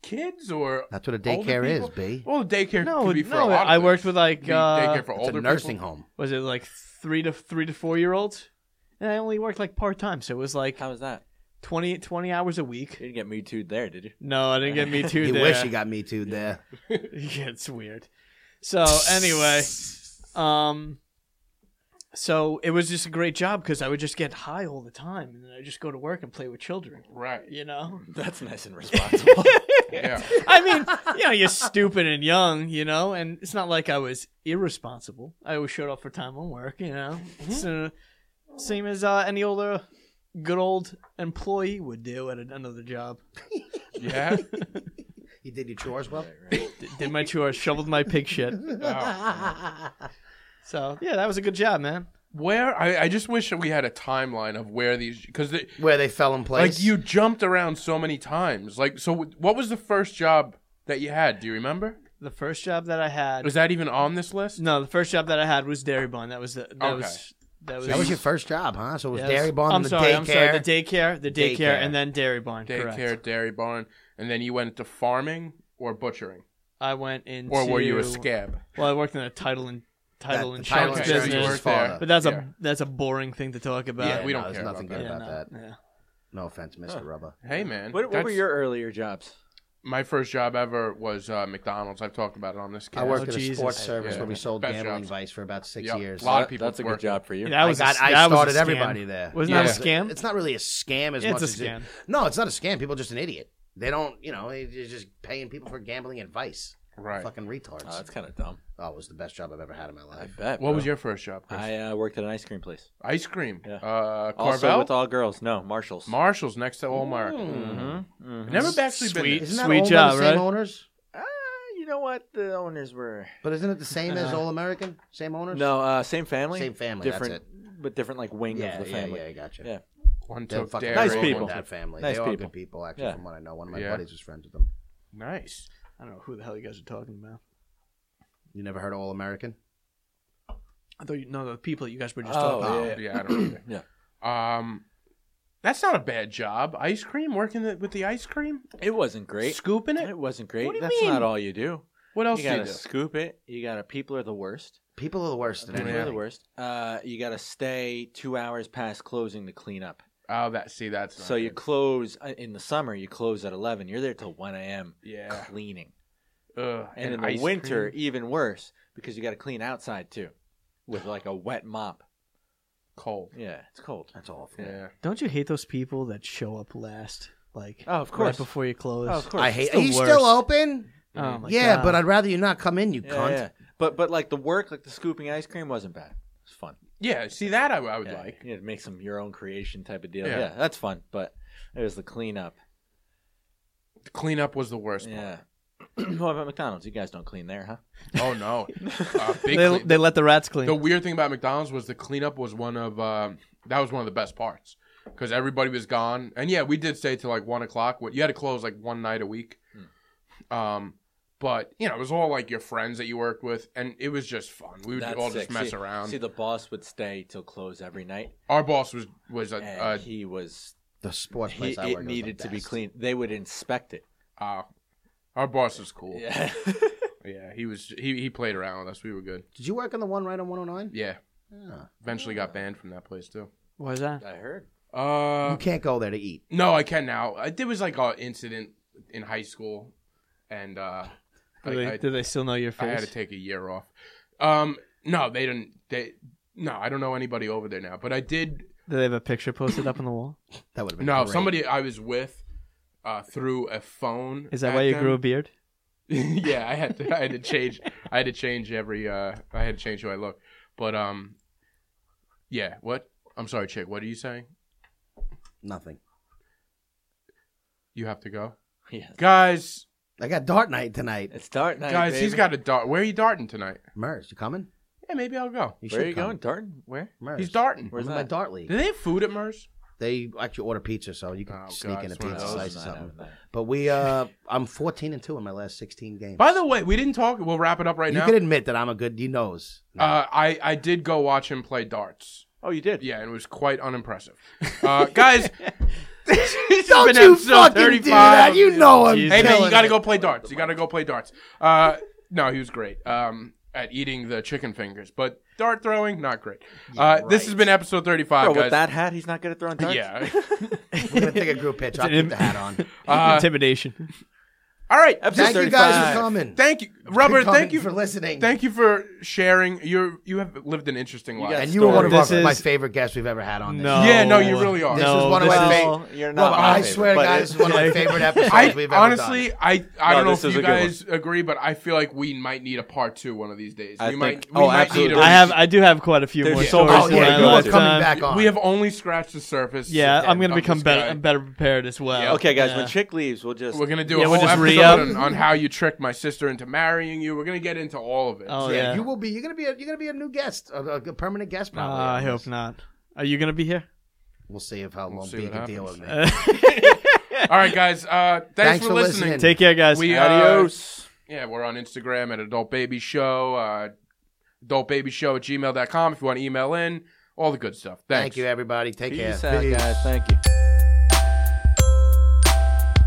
S2: kids or
S3: That's what a
S2: older
S3: daycare is,
S2: people?
S3: B.
S2: Well, daycare
S4: no,
S2: could be for a
S4: no.
S2: lot of
S4: I
S2: things.
S4: worked with
S2: Could
S4: like
S2: be
S4: uh,
S2: daycare for
S3: It's a
S2: older
S3: nursing
S2: people.
S3: home.
S4: was it like three to three to four year olds, and I only worked like part time, so it was like
S5: How was that?
S4: 20, 20 hours a week.
S5: You didn't get me too there, did you?
S4: No, I didn't get
S2: <laughs>
S4: me too
S3: You
S4: there.
S3: wish you got me too there.
S4: <laughs> yeah, it's weird. So anyway, um, so it was just a great job because I would just get high all the time, and then I just go to work and play with children.
S2: Right.
S4: You know,
S5: <laughs> That's nice and <laughs> responsible.
S2: Yeah.
S4: <laughs> I mean, you know, you're stupid and young, you know, and it's not like I was irresponsible. I always showed up for time on work, you know. So, same as uh, any older, good old employee would do at an- another job.
S2: Yeah.
S3: You did your chores well?
S4: Did, did my chores, shoveled my pig shit.
S2: Oh.
S4: So yeah, that was a good job, man.
S2: Where I, I just wish that we had a timeline of where these because
S3: Where they fell in place?
S2: like you jumped around so many times. Like so, what was the first job that you had? Do you remember?
S4: The first job that I had
S2: Was that even on this list?
S4: No, the first job that I had was Dairy Bond. That was the that
S2: Okay.
S4: was that was,
S3: That was your first job, huh? So it was
S4: that
S3: Dairy Bond,
S4: I'm
S3: the
S4: sorry,
S3: daycare.
S4: I'm sorry, the daycare, the daycare,
S3: Daycare.
S4: and then Dairy Bond.
S2: Daycare,
S4: Correct.
S2: dairy barn, and then you went to farming or butchering,
S4: I went into
S2: or were you a scab?
S4: Well, I worked in a title and title
S3: That- the title
S4: insurance
S2: insurance
S4: business,
S2: was-
S4: but that's
S2: Yeah.
S4: a that's a boring thing to talk about.
S2: Yeah, we
S3: no,
S2: don't
S3: there's
S2: care
S3: nothing
S2: about
S3: good
S2: that.
S3: about that.
S4: Yeah.
S3: No offense, Mr. Rubber.
S2: Hey man,
S5: what, what were
S2: that's-
S5: your earlier jobs?
S2: My first job ever was uh, McDonald's. I've talked about it on this. Cast.
S3: I worked at a
S4: Oh, Jesus.
S3: sports service
S2: Yeah.
S3: where we sold
S2: Best
S3: gambling
S2: jobs.
S3: advice for about six
S2: Yep.
S3: years.
S2: A lot of
S5: That-
S2: people
S5: That's a good
S2: worked
S5: job for you.
S4: That was
S3: I, got,
S4: a,
S3: I
S4: that was a
S3: started
S4: scam.
S3: everybody there.
S4: Wasn't
S2: Yeah.
S4: that a scam?
S3: It's not really a scam as
S4: It's
S3: much
S4: a
S3: as it-
S4: scam.
S3: no, it's not a scam. People are just an idiot. They don't, you know, they're just paying people for gambling advice.
S2: Right.
S3: Fucking retards.
S5: Oh, that's kind of dumb.
S3: oh, it was the best job I've ever had in my
S5: I
S3: life.
S5: bet.
S2: What
S5: bro.
S2: was your first job? Chris?
S5: I uh, worked at an ice cream place.
S2: Ice cream.
S5: Yeah.
S2: Uh,
S5: Also
S2: Carvel.
S5: with all Mm. girls. No, Marshalls. Mm-hmm,
S2: Marshalls next to Allmark. Never actually been.
S4: Sweet.
S2: there.
S3: Isn't that
S4: Sweet
S3: owned by
S4: job,
S3: the same
S4: right?
S3: owners?
S5: uh, you know what? The owners were
S3: But isn't it the same as
S4: Uh-huh.
S3: All American? Same owners?
S5: no uh, same family.
S3: Same family, that's
S5: Different, but different like wing
S3: Yeah,
S5: of the
S3: yeah,
S5: family.
S3: yeah, I gotcha.
S5: Yeah.
S2: One
S3: They're
S2: took
S3: fucking
S2: dairy.
S5: Nice
S3: great
S5: people.
S3: in That family.
S5: Nice
S3: they are
S5: people.
S3: good people, actually,
S5: Yeah.
S3: from what I know. One of my
S2: Yeah.
S3: buddies was friends with them.
S2: Nice.
S4: I don't know who the hell you guys are talking about.
S3: You never heard of All American?
S4: I thought you know the people you guys were just
S5: Oh,
S4: talking about.
S5: yeah.
S2: Yeah, I
S5: <clears throat>
S2: don't know. yeah. Um, that's not a bad job. Ice cream, working the, with the ice cream,
S5: It wasn't great.
S2: scooping it.
S5: It wasn't great.
S2: What do you
S5: That's
S2: mean?
S5: not all you do.
S2: What else do
S5: You
S2: you
S5: gotta
S2: do?
S5: scoop it. You gotta people are the worst.
S3: People are the worst.
S2: Yeah.
S3: at
S5: People
S3: anything.
S5: are the worst. Uh, you gotta stay two hours past closing to clean up.
S2: Oh, that see, that's not
S5: So you
S2: good.
S5: close uh, in the summer. You close at eleven. You're there till one a.m.
S2: yeah.
S5: cleaning.
S2: Ugh,
S5: And, in
S2: ice
S5: the winter,
S2: cream.
S5: even worse because you got to clean outside too, with like a wet mop.
S2: cold.
S5: Yeah, it's cold. Oh,
S3: That's awful.
S2: Yeah.
S4: Don't you hate those people that show up last, like
S5: Oh, of
S4: right
S5: course.
S4: before you close?
S5: Oh, of course.
S3: I hate.
S4: It's
S3: Are
S4: the
S3: you
S4: worst.
S3: still open?
S4: Oh my
S3: yeah,
S4: God.
S3: but I'd rather you not come in, you
S5: Yeah,
S3: cunt.
S5: yeah. But but like the work, like the scooping ice cream, wasn't bad. It's fun.
S2: Yeah. See that I, I would
S5: yeah,
S2: like.
S5: you know, to make some your own creation type of deal.
S2: Yeah.
S5: Yeah, that's fun. But it was the cleanup.
S2: The cleanup was the worst.
S5: Yeah. <clears throat> what about McDonald's? You guys don't clean there, huh?
S2: Part. Oh
S5: <laughs>
S2: no. Uh, big
S4: they,
S2: clean-
S4: they let the rats clean.
S2: The weird thing about McDonald's was the cleanup was one of um that was one of the best parts because everybody was gone, and yeah, we did stay till like one o'clock. What- You had to close like one night a week,
S5: Hmm.
S2: um, but you know it was all like your friends that you worked with, and it was just fun. We would
S5: That's
S2: all
S5: sick.
S2: just mess
S5: See-
S2: around.
S5: See, the boss would stay till close every night,
S2: Our boss was was a,
S5: and
S2: a
S5: he was.
S3: The sports
S5: He,
S3: place I
S5: it
S3: worked
S5: needed
S3: was the
S5: to be
S3: best.
S5: clean. They would inspect it.
S2: uh, our boss was cool. Yeah,
S5: Yeah.
S2: he was he he played around with us. We were good.
S3: Did you work on the one oh right on 109?
S2: Yeah,
S3: Yeah.
S2: eventually got banned from that place too.
S4: What is that?
S5: I heard.
S2: Uh,
S5: Oh.
S3: You can't go there to eat.
S2: <laughs> No, I can now. I, there was like a incident in high school, and uh,
S4: Do
S2: like,
S4: they,
S2: I,
S4: do they still know your
S2: I
S4: face?
S2: had to take a year off. Um, no, they didn't. They no, I don't know anybody over there now. But I did
S4: Do they have a picture posted up on the wall?
S3: That would have been
S2: No,
S3: great.
S2: somebody I was with uh, through a phone.
S4: Is that
S2: at
S4: why you
S2: them.
S4: grew a beard?
S2: <laughs> yeah, I had to I had to change I had to change every uh I had to change who I look. But um yeah, what? I'm sorry, chick, what are you saying?
S3: nothing.
S2: You have to
S4: <laughs>
S2: go.
S5: Yeah.
S2: Guys,
S3: I got dart night tonight.
S5: It's dart night.
S2: guys,
S5: baby.
S2: he's got a dart. Where are you darting tonight?
S3: Mers, you coming?
S2: Yeah, maybe I'll go.
S3: You
S5: Where
S3: should
S5: are you
S3: come.
S5: going? Darton? Where?
S3: Mers.
S2: He's darting.
S5: Where's
S3: I'm in my
S5: that?
S3: dart league.
S2: Do they have food at Murs?
S3: They actually order pizza, so you can
S2: Oh,
S3: sneak
S2: God,
S3: in a
S2: it's one of
S3: pizza
S2: those.
S3: slice or
S5: Not
S3: something.
S5: having that.
S3: But we, uh, I'm 14 and two in my last 16 games.
S2: By the way, we didn't talk. We'll wrap it up right
S3: you
S2: now.
S3: can admit that I'm a good. You knows.
S2: Uh, I I did go watch him play darts.
S5: Oh, you
S4: <laughs>
S5: did.
S2: Yeah, and it was quite unimpressive. Uh,
S3: <laughs>
S2: guys,
S3: Don't you fucking do that. You know I'm.
S2: Hey man, you
S3: killing
S2: gotta
S3: it.
S2: go play darts. You gotta go play darts. Uh, no, he was great um, at eating the chicken fingers, but dart throwing not great. Uh, This has been episode thirty-five,
S5: Bro,
S2: guys.
S5: with that hat, he's not good at throwing darts.
S2: yeah.
S3: We're gonna take a group picture. I'll keep the hat on.
S2: <laughs> Uh,
S4: Intimidation.
S2: all right.
S5: Episode
S3: Thank you guys
S5: 35.
S3: for coming.
S2: Thank you, Robert.
S3: Coming
S2: Thank you
S3: for listening.
S2: Thank you for sharing. You you have lived an interesting life.
S5: guys-
S3: And you were one of
S4: This
S3: our, my
S4: is-
S3: favorite guests we've ever had on this.
S4: No.
S2: Yeah, no, you really are.
S4: No,
S3: This is one of
S4: this
S3: my
S4: is-
S3: favorite.
S5: No, you're
S3: Well,
S5: not. my
S3: I
S5: favorite,
S3: swear to
S5: but
S3: God,
S5: it-
S3: this is one of my <laughs> favorite episodes
S2: I
S3: we've ever
S2: honestly,
S3: done. Oh,
S2: I I
S5: No,
S2: don't know
S5: this
S2: if
S5: was
S2: you
S5: a good one.
S2: guys agree, but I feel like we might need a part two one of these days.
S5: I
S2: we
S5: think-
S2: might.
S5: oh,
S2: we might need
S5: absolutely.
S2: a-
S4: I have. I do have quite a few
S5: There's
S4: more
S5: so
S4: stories.
S5: much
S3: Oh
S5: Honestly,
S4: than
S5: more
S3: yeah,
S4: I
S5: to
S3: you are
S4: left
S5: go to.
S3: coming
S4: on.
S3: back on.
S2: We have only scratched the surface.
S4: Yeah, I'm gonna
S2: of
S4: become
S2: this
S4: better.
S2: guy.
S4: I'm better prepared as well.
S2: Yeah.
S5: Okay, guys, when
S4: Yeah.
S5: Chick leaves, we'll just.
S2: We're gonna do
S4: Yeah,
S2: a
S4: we'll
S2: whole
S4: just
S2: episode
S4: re-up.
S2: on, on how you tricked my sister into marrying you. We're gonna get into all of it.
S4: Oh
S3: yeah,
S4: yeah.
S3: you will be. You're gonna be. A, you're gonna be a new guest, a, a permanent guest.
S4: Uh,
S3: Probably.
S4: I
S3: on
S4: hope
S3: this.
S4: not. Are you gonna be here?
S3: We'll see if how long
S2: see
S3: B
S2: what
S3: can deal with
S2: happens. Uh,
S3: me.
S2: all right, guys. Uh, thanks,
S3: Thanks
S2: for
S3: for
S2: listening.
S3: listening.
S4: Take care, guys.
S2: We, uh,
S5: Adios.
S2: Yeah, we're on Instagram at Adult Baby Show. Uh, adultbabyshow at gmail.com if you want to email in. All the good stuff. Thanks.
S3: Thank you, everybody. Take
S5: Peace
S3: care.
S5: out, guys. Thank you.